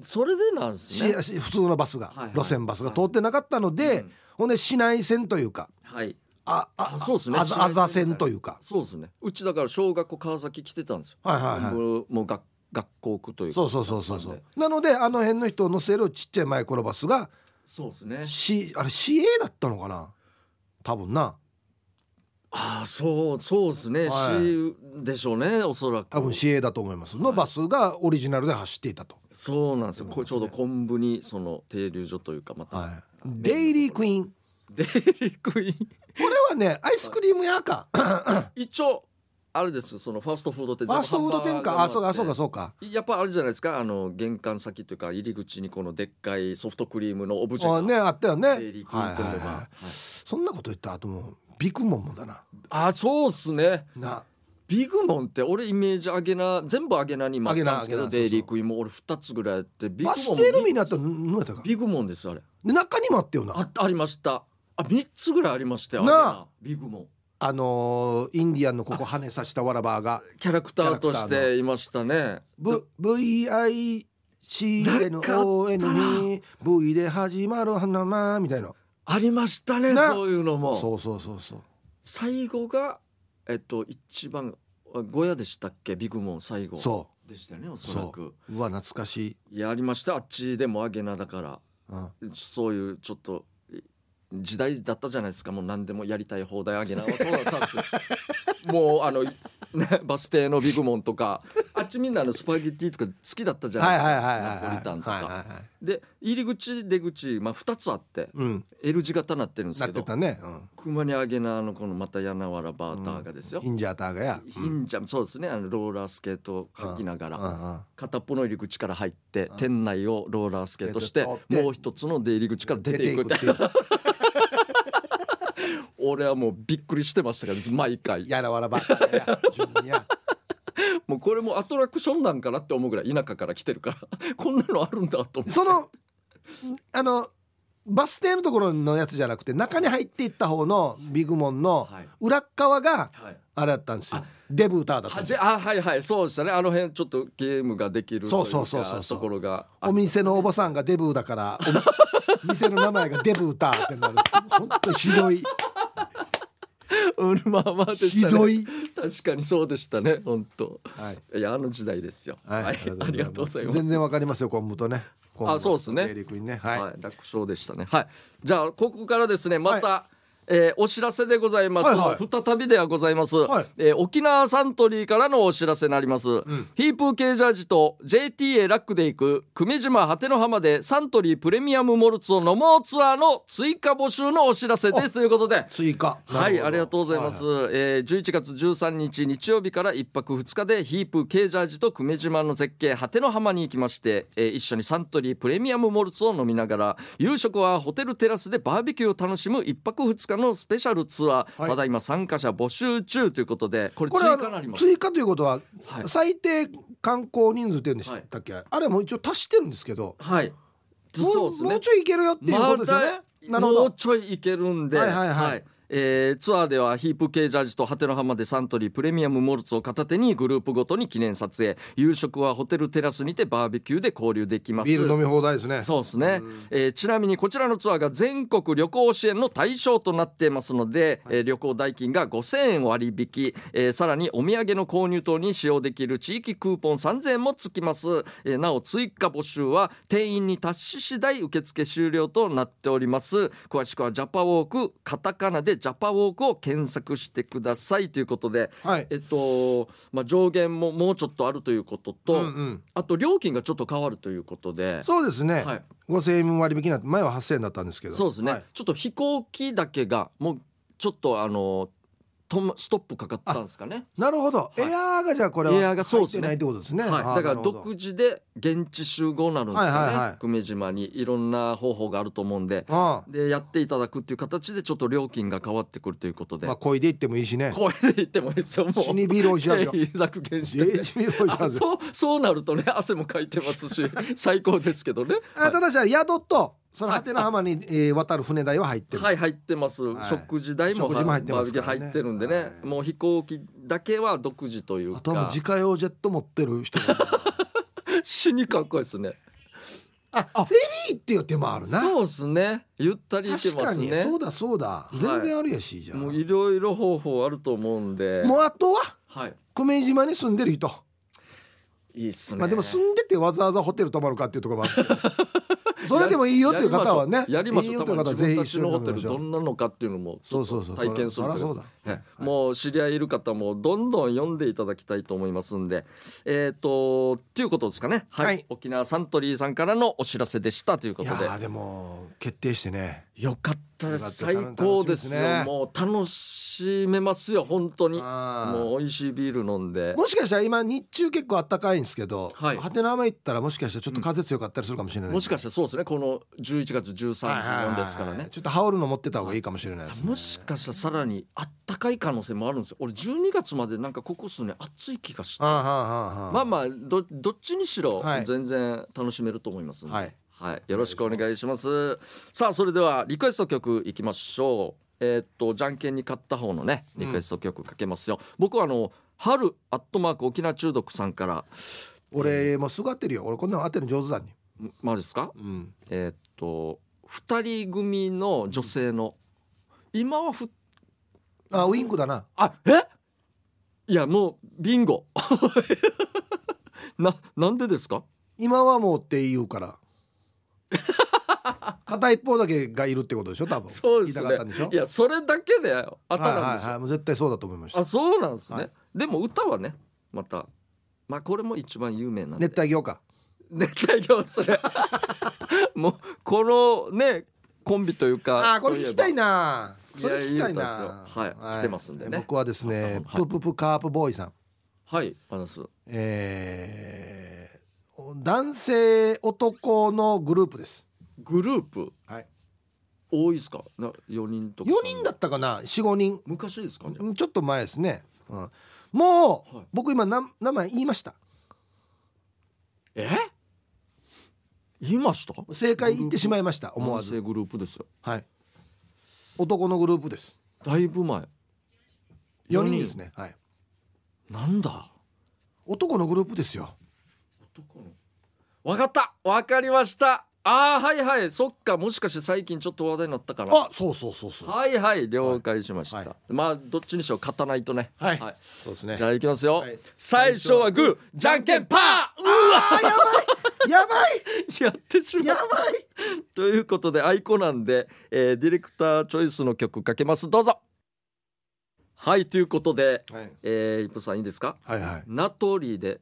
[SPEAKER 1] それでなんですね
[SPEAKER 2] しし普通のバスが、
[SPEAKER 1] はいはい
[SPEAKER 2] 路線バスが通ってなかったので、
[SPEAKER 1] うん
[SPEAKER 2] ほんで市内線というか
[SPEAKER 1] はい
[SPEAKER 2] ああ
[SPEAKER 1] あそうですね
[SPEAKER 2] あざあざ線というか
[SPEAKER 1] そうですねうちだから小学校川崎来てたんですよ
[SPEAKER 2] はいはいは
[SPEAKER 1] もうもう学学校区とい
[SPEAKER 2] いうそううそうそうそうそうなのであの辺の人を乗せるちっちゃいマイクロバスが
[SPEAKER 1] そうですね
[SPEAKER 2] C あれ CA だったのかな多分な
[SPEAKER 1] ああそうそうですね、
[SPEAKER 2] は
[SPEAKER 1] しでしょうねおそらく
[SPEAKER 2] 多分 CA だと思います
[SPEAKER 1] は
[SPEAKER 2] の
[SPEAKER 1] い
[SPEAKER 2] バスがオリジナルで走っていたと、
[SPEAKER 1] そうなんですよ
[SPEAKER 2] そうですね
[SPEAKER 1] これちょうど昆布にその停留所というかまた、
[SPEAKER 2] はい、デイリークイーン
[SPEAKER 1] デイリークイーン
[SPEAKER 2] これはねアイスクリーム屋かフ
[SPEAKER 1] 一応あれですそのファーストフード店
[SPEAKER 2] ァーストフード店かあそうかそうか
[SPEAKER 1] そ
[SPEAKER 2] そうか
[SPEAKER 1] うやっぱあれじゃないですかあの玄関先というか入り口にこのでっかいソフトクリームのオブジェが
[SPEAKER 2] あねあったよね
[SPEAKER 1] デイリークイ
[SPEAKER 2] は
[SPEAKER 1] ー
[SPEAKER 2] い
[SPEAKER 1] ンというのが、
[SPEAKER 2] はいは
[SPEAKER 1] はい
[SPEAKER 2] い、そんなこと言った後もビクモンもだな
[SPEAKER 1] あそうっすね
[SPEAKER 2] な
[SPEAKER 1] ビグモンって俺イメージ上げな全部上げなにもあったんですけ
[SPEAKER 2] 揚げな
[SPEAKER 1] ど
[SPEAKER 2] 揚げなそうそう
[SPEAKER 1] デイリークイーンも俺2つぐらいあってビグ
[SPEAKER 2] バ
[SPEAKER 1] モ
[SPEAKER 2] ス
[SPEAKER 1] ン
[SPEAKER 2] 停のみになったら何やったか
[SPEAKER 1] ビグモンですあれ
[SPEAKER 2] で中にもあったよな
[SPEAKER 1] あありましたあ3つぐらいありましたよ
[SPEAKER 2] なあ
[SPEAKER 1] 揚げなビグモン
[SPEAKER 2] あのーインディアンのここ羽さしたわらばが
[SPEAKER 1] キャラクターとしていましたね
[SPEAKER 2] ブ VICNON に V で始まる花間みたいな
[SPEAKER 1] ありましたね
[SPEAKER 2] な
[SPEAKER 1] そういうのも
[SPEAKER 2] そうそうそうそう
[SPEAKER 1] 最後がえっと一番あ小屋でしたっけビグモン最後
[SPEAKER 2] そ
[SPEAKER 1] でしたよねおそらく
[SPEAKER 2] ううわ懐かしい、
[SPEAKER 1] いやありましたあっちでも揚げなだから
[SPEAKER 2] うん、
[SPEAKER 1] そういうちょっとい時代だったじゃないですかもう何でもやりたい放題あげなそうだったんですよ もうあの、ね、バス停のビグモンとかあっちみんなあのスパゲティとか好きだったじゃない
[SPEAKER 2] は
[SPEAKER 1] で
[SPEAKER 2] い
[SPEAKER 1] す
[SPEAKER 2] は
[SPEAKER 1] か
[SPEAKER 2] いはいはい
[SPEAKER 1] ナポリタンとか、
[SPEAKER 2] はいはいはい
[SPEAKER 1] で入り口出口、まあ、2つあって
[SPEAKER 2] うん
[SPEAKER 1] L 字型になってるんです
[SPEAKER 2] な
[SPEAKER 1] け
[SPEAKER 2] って
[SPEAKER 1] ど
[SPEAKER 2] たね、うん、
[SPEAKER 1] 熊にあげなあのこのまた柳原バーターがですよ、
[SPEAKER 2] インジャーターがや
[SPEAKER 1] ヒンジャムそうですねあのローラースケートを履きながら、片っぽの入り口から入って
[SPEAKER 2] うん
[SPEAKER 1] 店内をローラースケートして
[SPEAKER 2] えっと
[SPEAKER 1] も
[SPEAKER 2] で
[SPEAKER 1] う一つの出入り口から出ていくみたいな
[SPEAKER 2] な
[SPEAKER 1] 俺はもうびっくりしてましたから毎回
[SPEAKER 2] やらわらばいや順にや
[SPEAKER 1] もうこれもうアトラクションなんかなって思うぐらい田舎から来てるから こんなのあるんだと思って
[SPEAKER 2] そのあのバス停のところのやつじゃなくて中に入っていった方のビッグモンの
[SPEAKER 1] はい
[SPEAKER 2] 裏っ側が
[SPEAKER 1] はい
[SPEAKER 2] あれだったんですよ
[SPEAKER 1] あ
[SPEAKER 2] デブーターだったん
[SPEAKER 1] は
[SPEAKER 2] です
[SPEAKER 1] じ
[SPEAKER 2] よ
[SPEAKER 1] あはいはいそうでしたねあの辺ちょっとゲームができるとい
[SPEAKER 2] そうそうそうそうそう
[SPEAKER 1] ところが
[SPEAKER 2] お店のおばさんがデブーだから お店の名前がデブーターってなる本当ひどい
[SPEAKER 1] うんまあまあでし
[SPEAKER 2] ひ
[SPEAKER 1] たね
[SPEAKER 2] どい
[SPEAKER 1] 確かにそうでしたね本当
[SPEAKER 2] はい
[SPEAKER 1] いやあの時代ですよはい、ありがとうございます
[SPEAKER 2] 全然わかりますよ昆布とね昆布の
[SPEAKER 1] あそうですね
[SPEAKER 2] 経歴にね
[SPEAKER 1] は、
[SPEAKER 2] はいい
[SPEAKER 1] 楽勝でしたねはいじゃあここからですねまた、えーお知らせでございます、
[SPEAKER 2] はいはい
[SPEAKER 1] 再びではございます、
[SPEAKER 2] はい
[SPEAKER 1] えー沖縄サントリーからのお知らせになります、ヒープー系ジャージと JTA ラックで行く久米島果ての浜でサントリープレミアムモルツを飲もうツアーの追加募集のお知らせですということで
[SPEAKER 2] 追加
[SPEAKER 1] はい、ありがとうございま
[SPEAKER 2] は
[SPEAKER 1] す。えー11月13日日曜日から1泊2日でヒープケージャージと久米島の絶景果ての浜に行きまして、えー一緒にサントリープレミアムモルツを飲みながら夕食はホテルテラスでバーベキューを楽しむ1泊2日のスペシャルツアー、
[SPEAKER 2] はい
[SPEAKER 1] ただいま参加者募集中ということでこれ追
[SPEAKER 2] これは
[SPEAKER 1] 加になります。
[SPEAKER 2] 追加ということは、
[SPEAKER 1] はい
[SPEAKER 2] 最低観光人数っていうんでしたっけ、あれも一応足してるんですけど
[SPEAKER 1] はい、
[SPEAKER 2] も
[SPEAKER 1] そうですね
[SPEAKER 2] もうちょいいけるよっていうことですよね、
[SPEAKER 1] まだ
[SPEAKER 2] なるほ
[SPEAKER 1] も
[SPEAKER 2] ど
[SPEAKER 1] うちょいいけるんで、
[SPEAKER 2] はいはいはい
[SPEAKER 1] えーツアーではヒープ系ジャージとハテの浜でサントリープレミアムモルツを片手にグループごとに記念撮影夕食はホテルテラスにてバーベキューで交流できます
[SPEAKER 2] ビール飲み放題ですね
[SPEAKER 1] そうですね、えーちなみにこちらのツアーが全国旅行支援の対象となっていますので、えー旅行代金が5000円割引、えーさらにお土産の購入等に使用できる地域クーポン3000円もつきます、えーなお追加募集は定員に達し次第受付終了となっております詳しくはジャパウォークカタカナでジャパウォークを検索してくださいということで
[SPEAKER 2] はい
[SPEAKER 1] えっと、まあ、上限ももうちょっとあるということと、
[SPEAKER 2] うんうん
[SPEAKER 1] あと料金がちょっと変わるということで
[SPEAKER 2] そうですね、
[SPEAKER 1] はい
[SPEAKER 2] 5000円割引になって前は8000円だったんですけど
[SPEAKER 1] そうですね、
[SPEAKER 2] はい
[SPEAKER 1] ちょっと飛行機だけがもうちょっとあのともストップかかったんですかね。
[SPEAKER 2] なるほど、
[SPEAKER 1] い
[SPEAKER 2] エアーがじゃあこれは
[SPEAKER 1] エアーがそうで
[SPEAKER 2] 入っ
[SPEAKER 1] す
[SPEAKER 2] て
[SPEAKER 1] ね
[SPEAKER 2] ないってことですね
[SPEAKER 1] はい、だから独
[SPEAKER 2] 自
[SPEAKER 1] 自で現地集合になるんですかね、
[SPEAKER 2] はいはいはい
[SPEAKER 1] 久米島にいろんな方法があると思うんで
[SPEAKER 2] あ
[SPEAKER 1] でやっていただくっていう形でちょっと料金が変わってくるということ
[SPEAKER 2] あ
[SPEAKER 1] で、
[SPEAKER 2] まあこいでいってもいいしね
[SPEAKER 1] これで言ってもいいですよも
[SPEAKER 2] 死
[SPEAKER 1] う
[SPEAKER 2] にビールおいしいや つよ
[SPEAKER 1] 経費削減して、 ね、
[SPEAKER 2] JHB ロイヤー
[SPEAKER 1] あ
[SPEAKER 2] ズ
[SPEAKER 1] そうそうなるとね汗もかいてますし最高ですけどね、
[SPEAKER 2] あただし宿とその果ての浜に、えー渡る船代は入ってる、
[SPEAKER 1] はい入ってます、
[SPEAKER 2] い
[SPEAKER 1] 食事代も
[SPEAKER 2] 食事も入ってますからね
[SPEAKER 1] バーベキュー入ってるんでね、
[SPEAKER 2] はい
[SPEAKER 1] もう飛行機だけは独自という
[SPEAKER 2] あ
[SPEAKER 1] か
[SPEAKER 2] とはもう自家用ジェット持ってる人が
[SPEAKER 1] 死にかっこいいですね
[SPEAKER 2] あフェリーっていう手もあるな
[SPEAKER 1] そうですねゆったりいけ
[SPEAKER 2] 確
[SPEAKER 1] ま
[SPEAKER 2] か
[SPEAKER 1] す
[SPEAKER 2] に、
[SPEAKER 1] ね
[SPEAKER 2] そうだそうだ全然あるやしじゃん、
[SPEAKER 1] もういろいろ方法あると思うんで
[SPEAKER 2] もうあとは
[SPEAKER 1] はい
[SPEAKER 2] 久米島に住んでる人、
[SPEAKER 1] いいっすね
[SPEAKER 2] まあでも住んでてわざわざホテル泊まるかっていうところもあ るけどそれでもいいよっていう方はね
[SPEAKER 1] やりまし
[SPEAKER 2] い
[SPEAKER 1] ょ
[SPEAKER 2] いうよ
[SPEAKER 1] や
[SPEAKER 2] って
[SPEAKER 1] り
[SPEAKER 2] いう
[SPEAKER 1] ましょ
[SPEAKER 2] 方
[SPEAKER 1] う
[SPEAKER 2] は
[SPEAKER 1] 多分自分
[SPEAKER 2] ぜひ
[SPEAKER 1] た
[SPEAKER 2] 一
[SPEAKER 1] ち
[SPEAKER 2] 緒に
[SPEAKER 1] のホテルどん
[SPEAKER 2] 飲みましょ
[SPEAKER 1] なのかっていうのもちょっ
[SPEAKER 2] そう
[SPEAKER 1] と
[SPEAKER 2] そうそう
[SPEAKER 1] 体験するとい
[SPEAKER 2] そらそ
[SPEAKER 1] か
[SPEAKER 2] うらそうだ
[SPEAKER 1] えもう知り合いいる方もどんどん読んでいただきたいと思いますんでえっ、とっていうことですかねはい、
[SPEAKER 2] はい
[SPEAKER 1] 沖縄サントリーさんからのお知らせでしたというこ
[SPEAKER 2] い
[SPEAKER 1] とで
[SPEAKER 2] やーでも決定してね
[SPEAKER 1] よかったです
[SPEAKER 2] よ
[SPEAKER 1] 最
[SPEAKER 2] かった
[SPEAKER 1] 高ですよ
[SPEAKER 2] 楽しみですね
[SPEAKER 1] もう楽しめますよ本当に
[SPEAKER 2] あー
[SPEAKER 1] もう美味しいビール飲んで
[SPEAKER 2] もしかしたら今日中結構あったかいんですけど、
[SPEAKER 1] はい
[SPEAKER 2] はてな浜行ったらもしかしたらちょっと風強かったりするかもしれない、
[SPEAKER 1] もしかしたらそうですねこの11月13日ですからね
[SPEAKER 2] ちょっと羽織るの持ってた方がいいかもしれないです、ね、
[SPEAKER 1] もしかしたらさらにあったかい可能性もあるんですよ俺12月までなんかここ数年暑い気がして
[SPEAKER 2] ああはあはあ
[SPEAKER 1] まあまあどどっちにしろ
[SPEAKER 2] はい
[SPEAKER 1] 全然楽しめると思いますんで、
[SPEAKER 2] はい
[SPEAKER 1] よろしくお願いしますさあそれではリクエスト曲いきましょうえーっとじゃんけんに勝った方のねリクエスト曲かけますよ、僕はあの春アットマーク沖縄中毒さんから
[SPEAKER 2] 俺もうすぐ当てるよ俺こんなの当てるの上手だに、
[SPEAKER 1] んマジですか
[SPEAKER 2] うん、
[SPEAKER 1] えーっと2人組の女性の、今はふ
[SPEAKER 2] あウィンクだな
[SPEAKER 1] あえいやもうビンゴ ななんでですか
[SPEAKER 2] 今はもうって言うから 片一方だけがいるってことでしょ多分
[SPEAKER 1] そうですね
[SPEAKER 2] 言いたかったんでしょ
[SPEAKER 1] いやそれだけで当たらんでしょ、
[SPEAKER 2] はいはいはい、もう絶対そうだと思いました
[SPEAKER 1] あそうなんですね、
[SPEAKER 2] はい
[SPEAKER 1] でも歌はねまたまあこれも一番有名なんで
[SPEAKER 2] 熱帯魚か
[SPEAKER 1] 熱帯魚それ もうこのねコンビというか
[SPEAKER 2] あーこれ聞きたいなそれ聞きたい
[SPEAKER 1] いやいい歌
[SPEAKER 2] な
[SPEAKER 1] ですよはい来てますんでね
[SPEAKER 2] 僕はですね
[SPEAKER 1] はい
[SPEAKER 2] プププカープボーイさん
[SPEAKER 1] はいあのす
[SPEAKER 2] えー男性男のグループです
[SPEAKER 1] グループ
[SPEAKER 2] はい
[SPEAKER 1] 多いですかな4人とか
[SPEAKER 2] 4人だったかな45人
[SPEAKER 1] 昔ですかね
[SPEAKER 2] うんちょっと前ですね、うん、もう、
[SPEAKER 1] はい
[SPEAKER 2] 僕今名名前言いました
[SPEAKER 1] え言いました
[SPEAKER 2] 正解言ってしまいました思わ
[SPEAKER 1] 男
[SPEAKER 2] ず
[SPEAKER 1] 性グループですよ
[SPEAKER 2] はい男のグループです
[SPEAKER 1] だいぶ前
[SPEAKER 2] 4人ですねはい
[SPEAKER 1] なんだ
[SPEAKER 2] 男のグループですよ
[SPEAKER 1] わかったわかりましたああはいはいそっかもしかして最近ちょっと話題になったから
[SPEAKER 2] あそうそうそうそう
[SPEAKER 1] はいはい了解しました、
[SPEAKER 2] はい
[SPEAKER 1] まあどっちにしろ勝たないとね
[SPEAKER 2] はいそうですね
[SPEAKER 1] じゃあいきますよ、
[SPEAKER 2] はい
[SPEAKER 1] 最初はグーじゃんけんパーうわ
[SPEAKER 2] あーやばい やばい
[SPEAKER 1] やってしま
[SPEAKER 2] や
[SPEAKER 1] う
[SPEAKER 2] ばい
[SPEAKER 1] ということでアイコなんで、えーディレクターチョイスの曲かけますどうぞはいということで、
[SPEAKER 2] はい
[SPEAKER 1] えー、イプさんいいですか
[SPEAKER 2] はいはい
[SPEAKER 1] ナトリで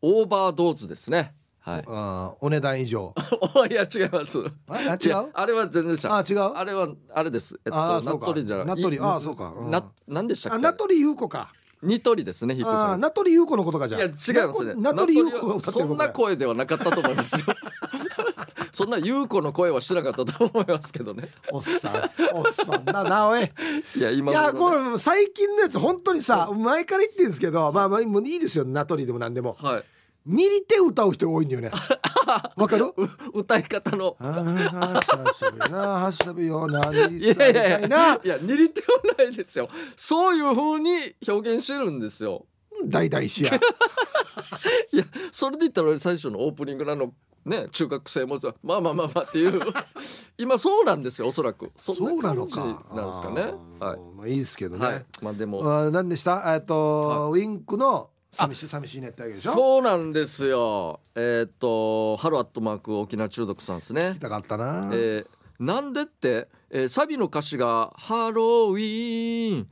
[SPEAKER 1] オーバードーズですねはい
[SPEAKER 2] あー お値段 以上
[SPEAKER 1] おいや違います
[SPEAKER 2] あ
[SPEAKER 1] い
[SPEAKER 2] 違
[SPEAKER 1] うやあれは全然した
[SPEAKER 2] あ違う
[SPEAKER 1] あれはあれです。えっと、
[SPEAKER 2] あーそ
[SPEAKER 1] ナ
[SPEAKER 2] うか
[SPEAKER 1] トリじゃない
[SPEAKER 2] ナトリあーそうかうん
[SPEAKER 1] な、なんでしたっけ。
[SPEAKER 2] あ名取裕子か
[SPEAKER 1] ニトリですね、ヒップ
[SPEAKER 2] あ
[SPEAKER 1] さ
[SPEAKER 2] あ
[SPEAKER 1] ん。
[SPEAKER 2] 名取裕子のことかじゃ
[SPEAKER 1] い
[SPEAKER 2] あ
[SPEAKER 1] や、違いますね。
[SPEAKER 2] 名取裕子が
[SPEAKER 1] は
[SPEAKER 2] 歌ってる
[SPEAKER 1] そんな声ではなかったと思います よ。そんな優子の声はしてなかったと思いますけどね。
[SPEAKER 2] おっさんおっさんだなおい
[SPEAKER 1] いや、今
[SPEAKER 2] いやこ
[SPEAKER 1] 頃ね。
[SPEAKER 2] れ最近のやつ本当にさ前から言ってるんですけどまあまあもういいですよ名取でも何でも
[SPEAKER 1] はい。
[SPEAKER 2] ミリ手歌う人が多いんだよねわかる
[SPEAKER 1] う歌い方の。
[SPEAKER 2] あらはしゃぶよなはしゃぶよなミ
[SPEAKER 1] い
[SPEAKER 2] リさ
[SPEAKER 1] や
[SPEAKER 2] ん
[SPEAKER 1] いやいや、
[SPEAKER 2] みたい
[SPEAKER 1] い
[SPEAKER 2] な
[SPEAKER 1] や、にり手はないですよ。そういう風に表現してるんですよ。
[SPEAKER 2] 大大師や
[SPEAKER 1] いや、それで言ったら、俺最初のオープニングなの。ね、中学生もさまあまあまあまあっていう 今そうなんですよおそらくそ
[SPEAKER 2] そうんな
[SPEAKER 1] な
[SPEAKER 2] の
[SPEAKER 1] 感じ
[SPEAKER 2] か
[SPEAKER 1] なんですかね
[SPEAKER 2] あー
[SPEAKER 1] はい
[SPEAKER 2] まあいいですけどね、
[SPEAKER 1] はい、まあでも
[SPEAKER 2] あー何でしたえっと、ウィンクの寂しい寂しいねってわけでしょ
[SPEAKER 1] そうなんですよえーっと「ハローアットマーク沖縄中毒」さんですね
[SPEAKER 2] 聞き、たかったな、
[SPEAKER 1] えーなんでって、えーサビの歌詞が「ハロウィーン」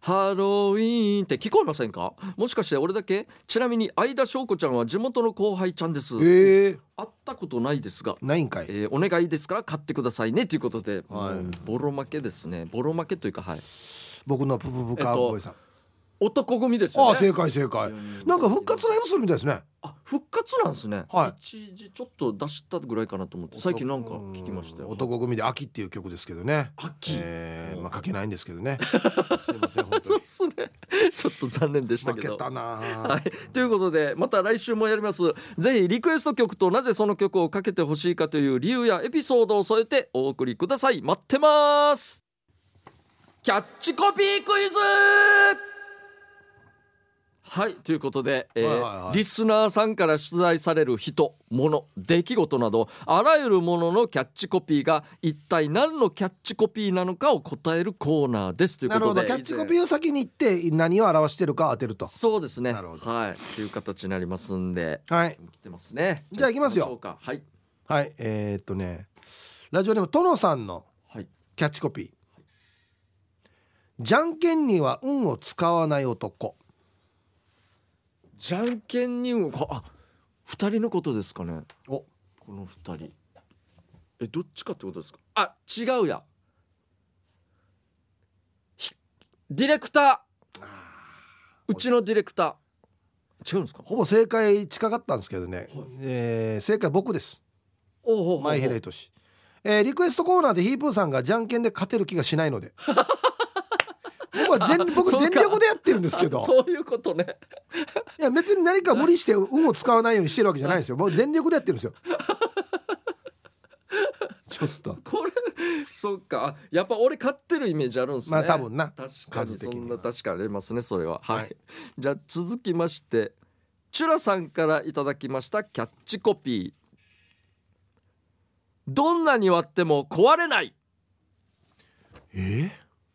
[SPEAKER 1] ハロウィーンって聞こえませんかもしかして俺だけちなみに相田翔子ちゃんは地元の後輩ちゃんです、
[SPEAKER 2] ええ
[SPEAKER 1] 会ったことないですが、
[SPEAKER 2] ないんかい、
[SPEAKER 1] えーお願いですから買ってくださいねということで、
[SPEAKER 2] は
[SPEAKER 1] も
[SPEAKER 2] い
[SPEAKER 1] うボロ負けですねボロ負けというかはい
[SPEAKER 2] 僕のプププカーボーイさん、
[SPEAKER 1] 男組です
[SPEAKER 2] あ
[SPEAKER 1] よ
[SPEAKER 2] あ
[SPEAKER 1] ね
[SPEAKER 2] 正解正解なんか復活ライブするみたいですね
[SPEAKER 1] あ復活なんですね、
[SPEAKER 2] はい
[SPEAKER 1] 一時ちょっと出したぐらいかなと思って最近なんか聞きましたよ
[SPEAKER 2] うん男組で秋っていう曲ですけどね
[SPEAKER 1] 秋
[SPEAKER 2] えー、まあ書けないんですけど ねすいません本当
[SPEAKER 1] そう
[SPEAKER 2] に
[SPEAKER 1] ですねちょっと残念でした
[SPEAKER 2] 負
[SPEAKER 1] け
[SPEAKER 2] け
[SPEAKER 1] ど
[SPEAKER 2] たなあ、
[SPEAKER 1] はい、ということでまた来週もやりますぜひリクエスト曲となぜその曲をかけてほしいかという理由やエピソードを添えてお送りください待ってますキャッチコピークイズはいということで、えー
[SPEAKER 2] はいはいはい
[SPEAKER 1] リスナーさんから出題される人物出来事などあらゆるもののキャッチコピーが一体何のキャッチコピーなのかを答えるコーナーですというこ
[SPEAKER 2] なる
[SPEAKER 1] と
[SPEAKER 2] ほ
[SPEAKER 1] で
[SPEAKER 2] どキャッチコ
[SPEAKER 1] 以
[SPEAKER 2] ピーを先に言って何を表してるか当てると
[SPEAKER 1] 前そうですね
[SPEAKER 2] なるほど
[SPEAKER 1] はいという形になりますんで
[SPEAKER 2] はい
[SPEAKER 1] 来てますね。
[SPEAKER 2] じゃあ行きますよ
[SPEAKER 1] 行きましょうかはい。
[SPEAKER 2] はいえー、っとねラジオネームトノさんの
[SPEAKER 1] はい。
[SPEAKER 2] キャッチコピーじゃんけんには運を使わない男
[SPEAKER 1] じゃんけんにもこあ二人のことですかね。
[SPEAKER 2] お
[SPEAKER 1] この二人。えどっちかってことですか。あ違うや。ひディレクター。うちのディレクター。違うんですか。
[SPEAKER 2] ほぼ正解近かったんですけどね、
[SPEAKER 1] はい
[SPEAKER 2] えー正解僕です
[SPEAKER 1] おおお
[SPEAKER 2] 前平とし、えーリクエストコーナーでヒープーさんがじゃんけんで勝てる気がしない ので僕は全僕
[SPEAKER 1] そうか
[SPEAKER 2] 全力でやってるんですけど
[SPEAKER 1] そういうことね。
[SPEAKER 2] いや別に何か無理して運を使わないようにしてるわけじゃないですよ僕全力でやってるんで すよちょっと
[SPEAKER 1] これそっか。あやっぱ俺勝ってるイメージあるんですね。
[SPEAKER 2] まあ多分な
[SPEAKER 1] 確かに
[SPEAKER 2] 数
[SPEAKER 1] そ
[SPEAKER 2] 的に
[SPEAKER 1] ん
[SPEAKER 2] は
[SPEAKER 1] な確かありますねそれははい、
[SPEAKER 2] はい
[SPEAKER 1] じゃあ続きましてチュラさんからいただきましたキャッチコピーどんなに割っても壊れない
[SPEAKER 2] えー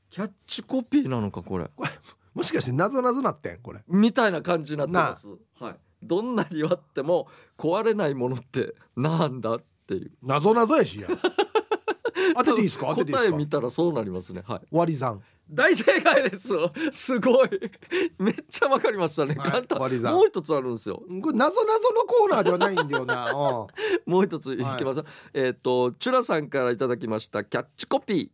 [SPEAKER 1] キャッチコピーなのかこれ
[SPEAKER 2] これもしかしてなぞなぞなってんこれ
[SPEAKER 1] みたいな感じになってますはいどんなに割っても壊れないものってなんだっていう
[SPEAKER 2] なぞなぞやし や当てていいですか当てていいで
[SPEAKER 1] 答
[SPEAKER 2] す
[SPEAKER 1] え
[SPEAKER 2] か
[SPEAKER 1] 見たらそうなりますねはい
[SPEAKER 2] 割り算
[SPEAKER 1] 大正解ですすごいめっちゃわかりましたね、
[SPEAKER 2] はい
[SPEAKER 1] 簡単
[SPEAKER 2] 割り算
[SPEAKER 1] もう一つあるんですよ
[SPEAKER 2] これなぞなぞのコーナーではないんだ よなうん
[SPEAKER 1] もう一ついきます、えっ、とチュラさんからいただきましたキャッチコピ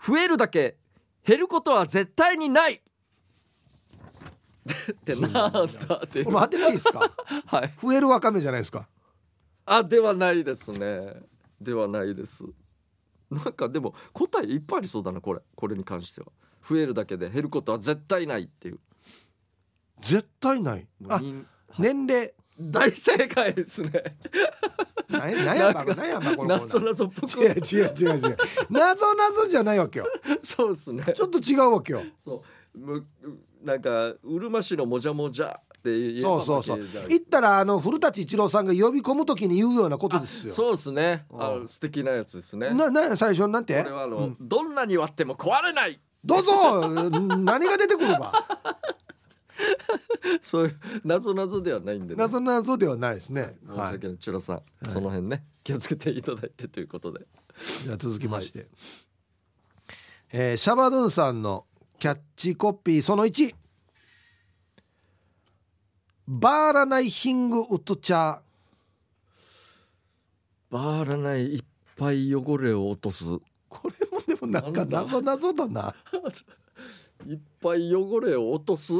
[SPEAKER 1] ー増えるだけ減ることは絶対にない ってなんだっていう
[SPEAKER 2] これ当てていいですか
[SPEAKER 1] はい
[SPEAKER 2] 増えるわかめじゃないですか
[SPEAKER 1] あではないですねではないですなんかでも答えいっぱいありそうだなこれこれに関しては増えるだけで減ることは絶対ないっていう
[SPEAKER 2] 絶対ないあ
[SPEAKER 1] みん
[SPEAKER 2] 年齢
[SPEAKER 1] 大正解ですね
[SPEAKER 2] なんやなんや
[SPEAKER 1] な
[SPEAKER 2] ば
[SPEAKER 1] んか
[SPEAKER 2] なんやばこの
[SPEAKER 1] な
[SPEAKER 2] コ
[SPEAKER 1] ぞ
[SPEAKER 2] ーナ
[SPEAKER 1] なぞっぽ
[SPEAKER 2] ー違
[SPEAKER 1] く
[SPEAKER 2] う違う違う違うなぞなぞじゃないわけよ
[SPEAKER 1] そうですね
[SPEAKER 2] ちょっと違うわけよ
[SPEAKER 1] そうむなんかうるま市のもじゃもじゃって言えば
[SPEAKER 2] そうそうそう
[SPEAKER 1] 負けじゃない
[SPEAKER 2] 行ったらあの古舘一郎さんが呼び込むときに言うようなことですよ。
[SPEAKER 1] そうですねあ
[SPEAKER 2] う
[SPEAKER 1] の
[SPEAKER 2] ん
[SPEAKER 1] 素敵なやつですねこ
[SPEAKER 2] ななんや最初なんて
[SPEAKER 1] れはあの、
[SPEAKER 2] うん
[SPEAKER 1] どんなに割っても壊れない
[SPEAKER 2] どうぞ 何が出てくるば
[SPEAKER 1] そういう謎謎ではないんでね
[SPEAKER 2] 謎謎ではないですね。
[SPEAKER 1] 申し
[SPEAKER 2] はい
[SPEAKER 1] 訳ない、チュラさん、その辺ね気をつけていただいてということで
[SPEAKER 2] じゃあ続きまして、えーシャバドゥンさんのキャッチコピーその1バーラナイヒングウッドチャー
[SPEAKER 1] バーラないいっぱい汚れを落とす
[SPEAKER 2] これもでもなんか謎謎だない
[SPEAKER 1] っぱい汚れを落とす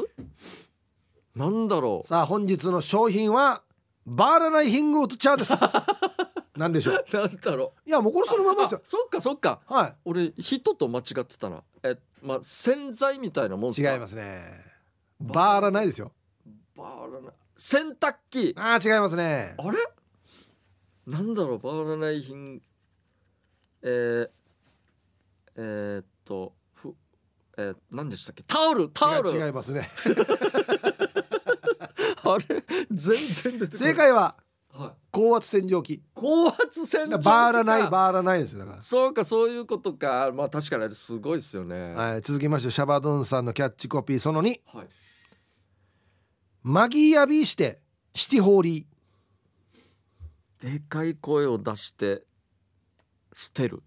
[SPEAKER 1] なんだろ
[SPEAKER 2] さあ本日の商品はバーラナイヒングウッドチャー ですなんでしょう
[SPEAKER 1] う なんだろ
[SPEAKER 2] いやもうこれ
[SPEAKER 1] う
[SPEAKER 2] そのままです
[SPEAKER 1] あ
[SPEAKER 2] よ
[SPEAKER 1] そっかそっか
[SPEAKER 2] は
[SPEAKER 1] 俺人と間違ってたなえまあ洗剤みたいなもんっ
[SPEAKER 2] い
[SPEAKER 1] すか
[SPEAKER 2] 違いますねバーラナイですよ
[SPEAKER 1] バーラない洗濯機
[SPEAKER 2] あー違いますね
[SPEAKER 1] あれなんだろうバーラない品えー、えー、っとふえー、何でしたっけタオルタオル
[SPEAKER 2] 違う違いますね
[SPEAKER 1] あれ全然出てこな
[SPEAKER 2] 正
[SPEAKER 1] い、
[SPEAKER 2] 解は
[SPEAKER 1] は
[SPEAKER 2] 高圧洗浄機
[SPEAKER 1] い、高圧洗
[SPEAKER 2] だ
[SPEAKER 1] 浄
[SPEAKER 2] から
[SPEAKER 1] 機
[SPEAKER 2] バー
[SPEAKER 1] か
[SPEAKER 2] ラナイバーラナイですよだから
[SPEAKER 1] そうかそういうことかまあ確かにあれすごいですよねは
[SPEAKER 2] はい、続きましてシャバドゥンさんのキャッチコピーその2
[SPEAKER 1] い、
[SPEAKER 2] 「マギーアビーしてシティホーリー
[SPEAKER 1] でかい声を出して捨てる」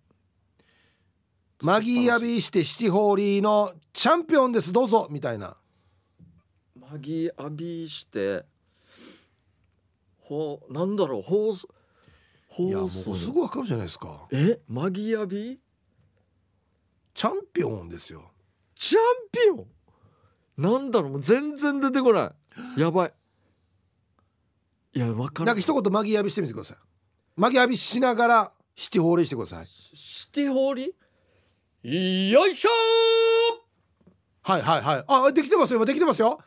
[SPEAKER 2] 「マギーアビーしてシティホーリーのチャンピオンですどうぞ」みたいな
[SPEAKER 1] マギー浴びしてほうなんだろう放送
[SPEAKER 2] いやも
[SPEAKER 1] 放
[SPEAKER 2] うす
[SPEAKER 1] 送
[SPEAKER 2] ぐわかるじゃないですか
[SPEAKER 1] えマギー浴び
[SPEAKER 2] チャンピオンですよ
[SPEAKER 1] チャンピオンなんだろうもう全然出てこないやばいいやわから
[SPEAKER 2] なんか一言マギーアビーしてみてくださいマギーアビーしながらシティホーリーしてください
[SPEAKER 1] シティホーリーよいしょ
[SPEAKER 2] はいはいはいあできてますよ今できてますよ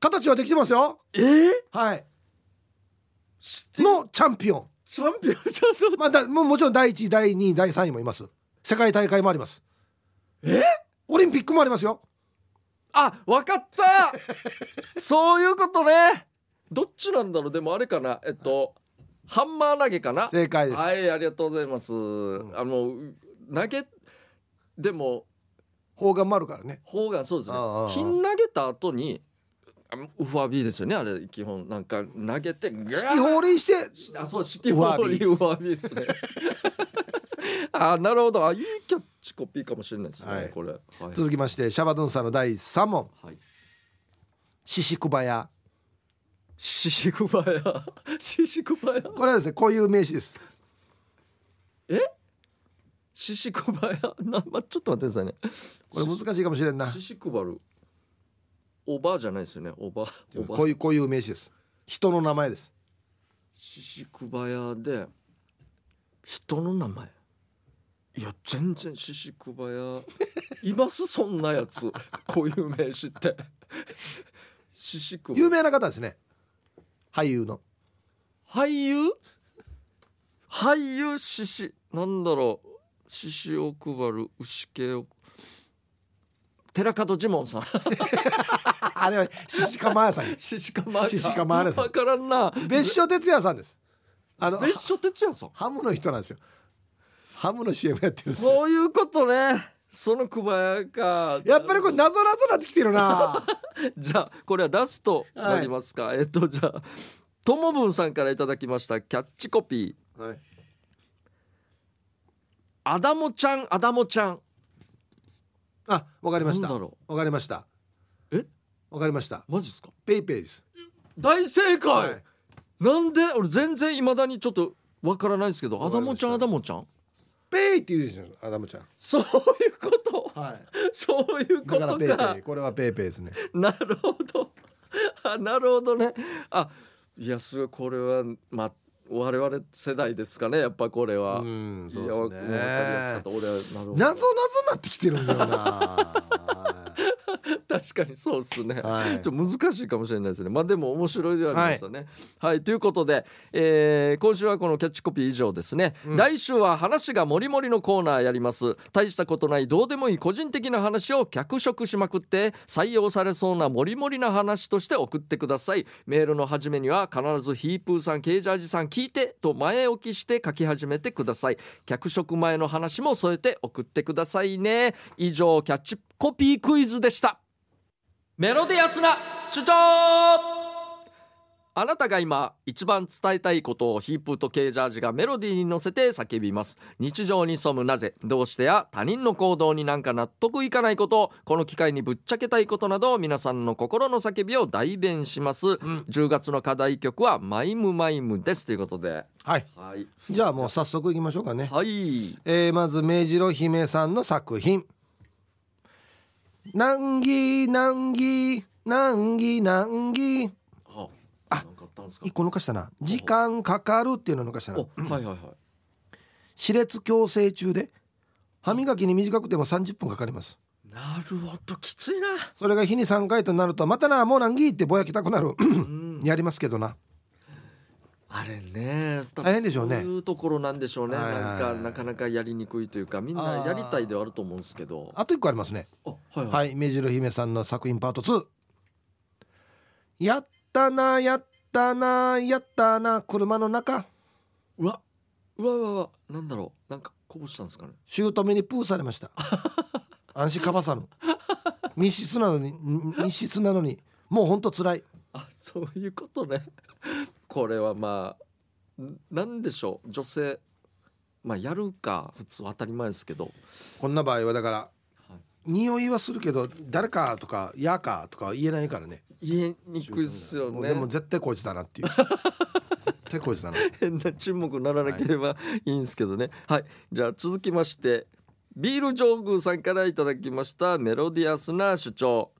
[SPEAKER 2] 形はできてますよ
[SPEAKER 1] ーえ
[SPEAKER 2] はい
[SPEAKER 1] シティ
[SPEAKER 2] のチャンピオン
[SPEAKER 1] チャンピオンちょっと
[SPEAKER 2] まあ、だもうもちろん第1位第2位第3位もいます世界大会もあります
[SPEAKER 1] え
[SPEAKER 2] オリンピックもありますよ
[SPEAKER 1] あわかったそういうことねどっちなんだろうでもあれかなえっとハンマー投げかな
[SPEAKER 2] 正解です、
[SPEAKER 1] はいありがとうございます、
[SPEAKER 2] ん
[SPEAKER 1] あの投げでも
[SPEAKER 2] 砲丸もあるからね
[SPEAKER 1] 方がそうですね
[SPEAKER 2] ああああ
[SPEAKER 1] 品投げた後にあウファビーですよねあれ基本なんか投げてグ
[SPEAKER 2] シ
[SPEAKER 1] ワ
[SPEAKER 2] テ
[SPEAKER 1] ー
[SPEAKER 2] ィホーリーして
[SPEAKER 1] あそうシティホーリーウァービー ですねあなるほどあいいキャッチコピーかもしれないですね、
[SPEAKER 2] はい
[SPEAKER 1] これはい、
[SPEAKER 2] 続きましてシャバドゥンさんの第3問
[SPEAKER 1] はい
[SPEAKER 2] シシクバヤ
[SPEAKER 1] シシクバヤ シシクバヤ
[SPEAKER 2] これはですねこういう名詞です
[SPEAKER 1] シシクバヤな、 ま、ちょっと待ってくださいね
[SPEAKER 2] これ難しいかもしれんな
[SPEAKER 1] シシクバルおばあじゃないですよねおばおば
[SPEAKER 2] こういうこういう名詞です人の名前です
[SPEAKER 1] シシクバヤで人の名前いや全然シシクバヤいますそんなやつこういう名詞ってシシクバ
[SPEAKER 2] 有名な方ですね俳優の
[SPEAKER 1] 俳優俳優シシなんだろうシシを配る牛系を寺門ジモンさん
[SPEAKER 2] ああれはシシカマヤさん
[SPEAKER 1] シシカマー
[SPEAKER 2] シシカマーラさん
[SPEAKER 1] わからんな
[SPEAKER 2] 別所哲也さんですあの
[SPEAKER 1] 別所哲也さん
[SPEAKER 2] ハムの人なんですよハムの CM やってるんですよ
[SPEAKER 1] そういうことねその小林か
[SPEAKER 2] やっぱりこれ謎謎なってきてるな
[SPEAKER 1] じゃあこれはラストになりますか、えっとじゃあともぶんさんからいただきましたキャッチコピー
[SPEAKER 2] はい
[SPEAKER 1] 「アダモちゃんアダモちゃん
[SPEAKER 2] あわかりました
[SPEAKER 1] なんだ
[SPEAKER 2] わ
[SPEAKER 1] ろ
[SPEAKER 2] かりました
[SPEAKER 1] え
[SPEAKER 2] わかりました」
[SPEAKER 1] マジですか
[SPEAKER 2] ペイペイです
[SPEAKER 1] 大正解、
[SPEAKER 2] はい
[SPEAKER 1] なんで俺全然いまだにちょっとわからないですけど「
[SPEAKER 2] わ
[SPEAKER 1] ア
[SPEAKER 2] か
[SPEAKER 1] ダ
[SPEAKER 2] りま
[SPEAKER 1] モ
[SPEAKER 2] し
[SPEAKER 1] ちゃ
[SPEAKER 2] た
[SPEAKER 1] んアダモちゃん
[SPEAKER 2] ペイって言うでしょアダムちゃん」
[SPEAKER 1] そういうこと
[SPEAKER 2] はい
[SPEAKER 1] そういうこ
[SPEAKER 2] だから
[SPEAKER 1] と
[SPEAKER 2] ペイ
[SPEAKER 1] か
[SPEAKER 2] ペイこれはペイペイですね
[SPEAKER 1] なるほどあなるほどねあいやすごいこれはまあ我々世代ですかねやっぱこれは。
[SPEAKER 2] ん
[SPEAKER 1] いやわわかりやすかった俺はなるほど
[SPEAKER 2] 謎謎なってきてるんだよな
[SPEAKER 1] 確かにそうですね。
[SPEAKER 2] は い
[SPEAKER 1] ちょっと難しいかもしれないですね。まあでも面白いではありましたね。はい、ということで、えー今週はこのキャッチコピー以上ですね。
[SPEAKER 2] うん
[SPEAKER 1] 来週は話がもりもりのコーナーやります。大したことないどうでもいい個人的な話を脚色しまくって採用されそうなもりもりな話として送ってください。メールの始めには必ずヒープーさん、ケージャージさん聞いてと前置きして書き始めてください。脚色前の話も添えて送ってくださいね。以上キャッチコピークイズでした。メロディアスな主張あなたが今一番伝えたいことをヒープーとケージャージがメロディーに乗せて叫びます日常に潜むなぜどうしてや他人の行動になんか納得いかないことこの機会にぶっちゃけたいことなど皆さんの心の叫びを代弁します、10月の課題曲はマイムマイムですということで
[SPEAKER 2] はい
[SPEAKER 1] はい
[SPEAKER 2] じゃあもう早速いきましょうかね、
[SPEAKER 1] はい
[SPEAKER 2] えーまず明治郎姫さんの作品「難儀難儀難儀難儀
[SPEAKER 1] あなんかあったんです」か
[SPEAKER 2] 一個抜かしたな「時間かかる」っていうの抜かしたな
[SPEAKER 1] おはいはいはい
[SPEAKER 2] 歯列矯正中で歯磨きに短くても30分かかります
[SPEAKER 1] なるほどきついな
[SPEAKER 2] それが日に3回となるとまたなもう難儀ってぼやきたくなる やりますけどな
[SPEAKER 1] あれね
[SPEAKER 2] 大変でしょうね
[SPEAKER 1] そういうところなんでしょうね、
[SPEAKER 2] はいはい
[SPEAKER 1] なんかなかなかやりにくいというかみんなやりたいではあると思うんですけど
[SPEAKER 2] あと一個ありますね
[SPEAKER 1] あはいはい、
[SPEAKER 2] はい目白姫さんの作品パート2やったなやったなやったな車の中
[SPEAKER 1] うわうわうわうわなんだろうなんかこぼしたんですかね
[SPEAKER 2] 姑にプーされま した安心かばさぬ密室なのにん密室なのにもうほんとつらい
[SPEAKER 1] あ そういうことねこれはまあんなんでしょう女性まあやるか普通当たり前ですけど
[SPEAKER 2] こんな場合はだから
[SPEAKER 1] はい
[SPEAKER 2] 匂いはするけど誰かとかやかとかは言えないからね
[SPEAKER 1] 言えにくいっすよ
[SPEAKER 2] もう
[SPEAKER 1] ね
[SPEAKER 2] でも絶対こいつだ なっていう絶対こいつだな
[SPEAKER 1] 変な沈黙にならなければいいんですけどねはい、じゃあ続きましてビール上宮さんからいただきましたメロディアスな主張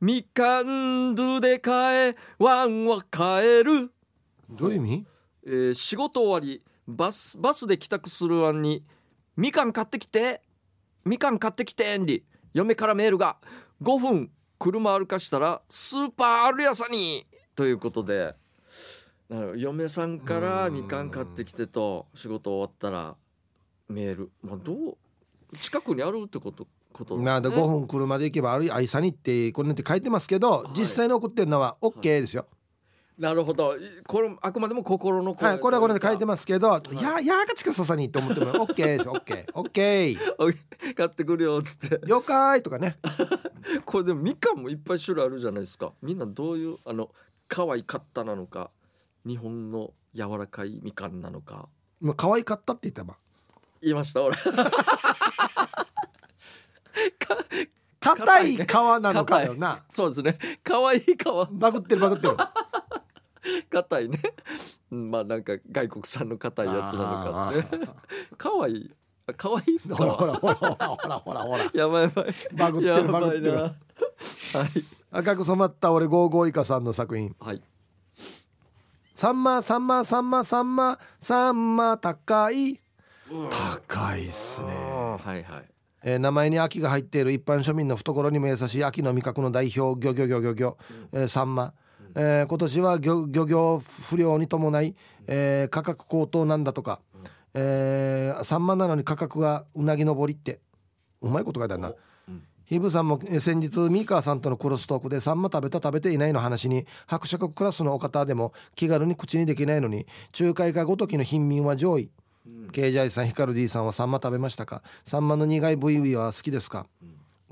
[SPEAKER 1] みかんドで買えワンは買える、
[SPEAKER 2] どういう意味
[SPEAKER 1] えー仕事終わりバスバスで帰宅するワンにみかん買ってきてみかん買ってきてんり嫁からメールが5分車歩かしたらスーパーあるやさにということでなる嫁さんからみかん買ってきてと仕事終わったらメール、まあ、どう近くにあるってことことですね
[SPEAKER 2] なんで5分車で行けばあるい愛さにってこんなんて書いてますけど、
[SPEAKER 1] はい
[SPEAKER 2] 実際に送ってるのは OK ですよ、
[SPEAKER 1] なるほどいこれあくまでも心の声
[SPEAKER 2] はい、これはこれで書いてますけど、
[SPEAKER 1] い
[SPEAKER 2] いやいやが近ささにって思っても OK ですよ OKOK
[SPEAKER 1] 買ってくるよっつって
[SPEAKER 2] 了解とかね
[SPEAKER 1] これでもみかんもいっぱい種類あるじゃないですかみんなどういうあの可愛かったなのか日本の柔らかいみかんなのか
[SPEAKER 2] もう可愛かったって言ったば
[SPEAKER 1] 言いました俺
[SPEAKER 2] 硬い皮なのかよな
[SPEAKER 1] そうですね可愛い皮
[SPEAKER 2] バグってるバグってる
[SPEAKER 1] 硬いねうんまあなんか外国産の硬いやつなのかって
[SPEAKER 2] あー
[SPEAKER 1] 可愛いあ可愛いの
[SPEAKER 2] ほ
[SPEAKER 1] から
[SPEAKER 2] ほらほらほらほらほらほら
[SPEAKER 1] やばいやばい
[SPEAKER 2] バグって
[SPEAKER 1] や
[SPEAKER 2] るバグっ
[SPEAKER 1] ば
[SPEAKER 2] て
[SPEAKER 1] いな
[SPEAKER 2] る
[SPEAKER 1] はい
[SPEAKER 2] 赤く染まった俺55以下さんの作品
[SPEAKER 1] はい
[SPEAKER 2] サンマサンマサンマサンマサンマ高い高いっすね
[SPEAKER 1] はいはい
[SPEAKER 2] えー名前に秋が入っている一般庶民の懐にも優しい秋の味覚の代表漁業漁業漁業サンマ、えー今年は漁漁業不良に伴い、えー価格高騰なんだとか、えーサンマなのに価格がうなぎ登りってうまいこと書いてあるな
[SPEAKER 1] おうん。
[SPEAKER 2] ヒブさんもえー先日ミーカーさんとのクロストークでサンマ食べた食べていないの話に伯爵クラスのお方でも気軽に口にできないのに仲介家ごときの貧民は上位ケイジャイさんヒカル D さんはサンマ食べましたかサンマの苦い部位は好きですか、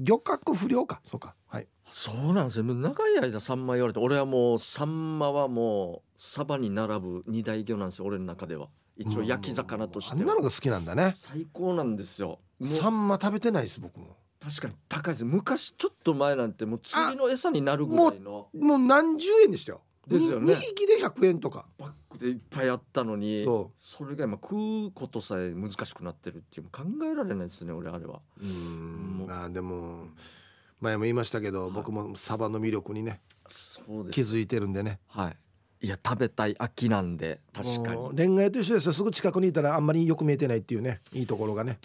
[SPEAKER 2] 漁獲不良かそうかはい
[SPEAKER 1] そうなんですよもう長い間サンマ言われて俺はもうサンマはもうサバに並ぶ二大魚なんですよ俺の中では一応焼き魚とし
[SPEAKER 2] あ
[SPEAKER 1] て
[SPEAKER 2] んな
[SPEAKER 1] は
[SPEAKER 2] のが好きなんだね
[SPEAKER 1] 最高なんですよもう
[SPEAKER 2] サンマ食べてないです僕も
[SPEAKER 1] 確かに高いです昔ちょっと前なんてもう釣りの餌になるぐらいの
[SPEAKER 2] もう何十円でしたよ
[SPEAKER 1] ですよね
[SPEAKER 2] 2匹で100円とか
[SPEAKER 1] バッグでいっぱいあったのに
[SPEAKER 2] そ
[SPEAKER 1] それが今食うことさえ難しくなってるっていうもう考えられないですね俺あれは
[SPEAKER 2] うん
[SPEAKER 1] もう
[SPEAKER 2] まあでも前も言いましたけど僕もサバの魅力にね
[SPEAKER 1] そうで
[SPEAKER 2] 気
[SPEAKER 1] す
[SPEAKER 2] づいてるんでね
[SPEAKER 1] はいいや食べたい秋なんで確かに
[SPEAKER 2] もう恋愛と一緒ですよすぐ近くにいたらあんまりよく見えてないっていうねいいところがね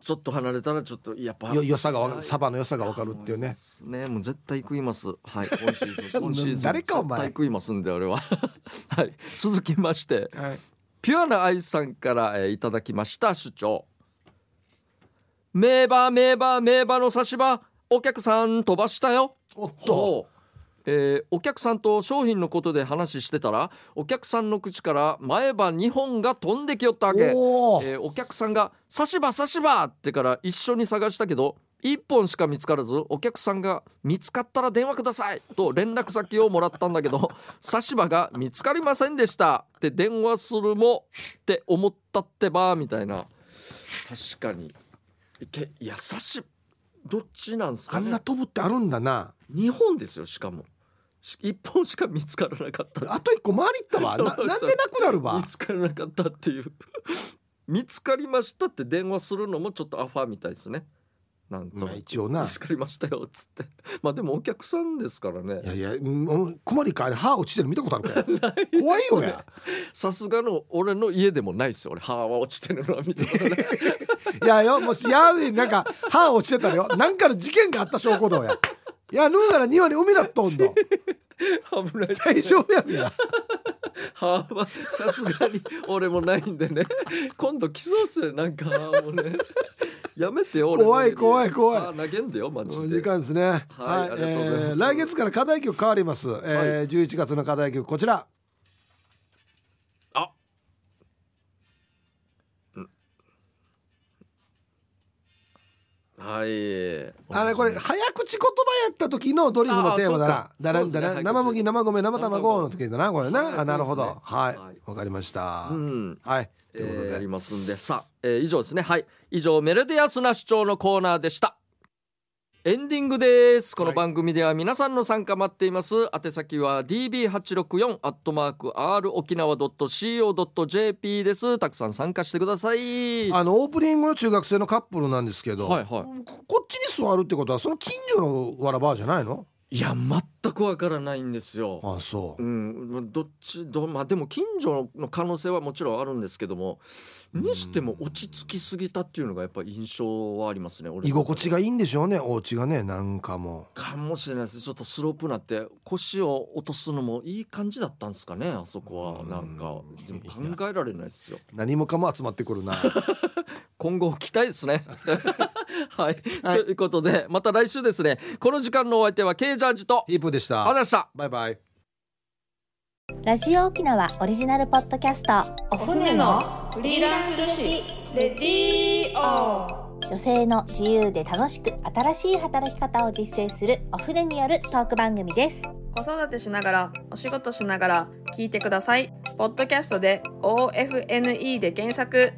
[SPEAKER 1] ちょっと離れたらちょっとやっぱ
[SPEAKER 2] よ良さがわか
[SPEAKER 1] はい
[SPEAKER 2] サバの良さが分かるっていうね
[SPEAKER 1] すねもう絶対食います はい今シーズン今シーズン
[SPEAKER 2] 誰かお前
[SPEAKER 1] 絶対食いますんで俺は はい続きまして
[SPEAKER 2] はい
[SPEAKER 1] ピュアな愛さんから、えーいただきました主張名馬名馬名馬の差し場お客さん飛ばしたよ
[SPEAKER 2] おっと
[SPEAKER 1] と、えーお客さんと商品のことで話してたらお客さんの口から前歯2本が飛んできよったわけ
[SPEAKER 2] おー
[SPEAKER 1] えーお客さんが「刺し歯刺し歯!」ってから一緒に探したけど1本しか見つからずお客さんが「見つかったら電話ください!」と連絡先をもらったんだけど 刺し歯が「見つかりませんでした」って電話するもって思ったってばみたいな確かにいけいや刺しどっちなんです
[SPEAKER 2] あ
[SPEAKER 1] か
[SPEAKER 2] ん
[SPEAKER 1] ね
[SPEAKER 2] な飛ぶってあるんだな
[SPEAKER 1] 2本ですよしかも1本しか見つからなかった
[SPEAKER 2] あと一個回り行った わな
[SPEAKER 1] そうそう
[SPEAKER 2] なんでなくなるわ
[SPEAKER 1] 見つからなかったっていう 見つかりましたって電話するのもちょっとアファみたいですねなんと、
[SPEAKER 2] まあ一応
[SPEAKER 1] 見
[SPEAKER 2] な
[SPEAKER 1] つかりましたよっつって まあでもお客さんですから
[SPEAKER 2] いや
[SPEAKER 1] ね
[SPEAKER 2] いやうん困りかあれ歯落ちてるの見たことあ るかい怖いよや
[SPEAKER 1] さすがの俺の家でもないですよ俺歯は落ちてるのは見たことない
[SPEAKER 2] いやよもしやでなんか歯落ちてたらよなんかの事件があった証拠だよやいやぬうなら庭に海だっとん ど
[SPEAKER 1] 危ないですね
[SPEAKER 2] 大丈夫やみや
[SPEAKER 1] 歯はさすがに俺もないんでね 今度来そうっすねなんかもうねやめてよ俺の
[SPEAKER 2] 怖い
[SPEAKER 1] 家に
[SPEAKER 2] 怖い怖い
[SPEAKER 1] 歯投げんでよマジで
[SPEAKER 2] 時間ですねは
[SPEAKER 1] あり
[SPEAKER 2] い、
[SPEAKER 1] がとうございます
[SPEAKER 2] えー来月から課題曲変わります、えー11月の課題曲こちら
[SPEAKER 1] あはい。
[SPEAKER 2] あれこれ早口言葉やった時のドリフのテーマだ
[SPEAKER 1] あ
[SPEAKER 2] な
[SPEAKER 1] あそう
[SPEAKER 2] だな
[SPEAKER 1] か
[SPEAKER 2] んだ
[SPEAKER 1] そうです
[SPEAKER 2] な
[SPEAKER 1] ね
[SPEAKER 2] 生麦生米生卵の時だなこれな、
[SPEAKER 1] はい
[SPEAKER 2] あなるほど、
[SPEAKER 1] そうですね
[SPEAKER 2] はい
[SPEAKER 1] はい
[SPEAKER 2] わかりました、
[SPEAKER 1] うん。
[SPEAKER 2] はいと
[SPEAKER 1] え
[SPEAKER 2] いうことで、
[SPEAKER 1] ー、やりますんでさあ、えー、以上ですねはい以上メルディアスな主張のコーナーでしたエンディングですこの番組では皆さんの参加待っています、宛先は db864 アットマーク r 沖縄 .co.jp ですたくさん参加してくださいは
[SPEAKER 2] あのオープニングの中学生のカップルなんですけ
[SPEAKER 1] い
[SPEAKER 2] ど、
[SPEAKER 1] は
[SPEAKER 2] ここっちに座るってことはその近所のわらばじゃないの
[SPEAKER 1] いいや全くわからないんですよ
[SPEAKER 2] あそう
[SPEAKER 1] うん、まあどっちどまあでも近所の可能性はもちろんあるんですけどもにしても落ち着きすぎたっていうのがやっぱ印象はありますね俺
[SPEAKER 2] 居心地が
[SPEAKER 1] い
[SPEAKER 2] いいんでしょうねお家がねなんかも
[SPEAKER 1] かもしれないですちょっとスロープなって腰を落とすのもいい感じだったんですかねあそこは
[SPEAKER 2] うん
[SPEAKER 1] なんかでも
[SPEAKER 2] いや
[SPEAKER 1] 考えられないですよ
[SPEAKER 2] う何もかも集まって くるな
[SPEAKER 1] 今後期待ですね はい、
[SPEAKER 2] はい
[SPEAKER 1] ということでまた来週ですねこの時間のお相手は K ジャージと
[SPEAKER 2] ヒープーでし
[SPEAKER 1] あ
[SPEAKER 2] た
[SPEAKER 1] ざした
[SPEAKER 2] バイバイ
[SPEAKER 3] ラジオ沖縄オリジナルポッドキャスト
[SPEAKER 4] お骨のフリーランス女子レディオ
[SPEAKER 3] 女性の自由で楽しく新しい働き方を実践するお船によるトーク番組です
[SPEAKER 4] 子育てしながらお仕事しながら聞いてくださいポッドキャストで OFNE で検索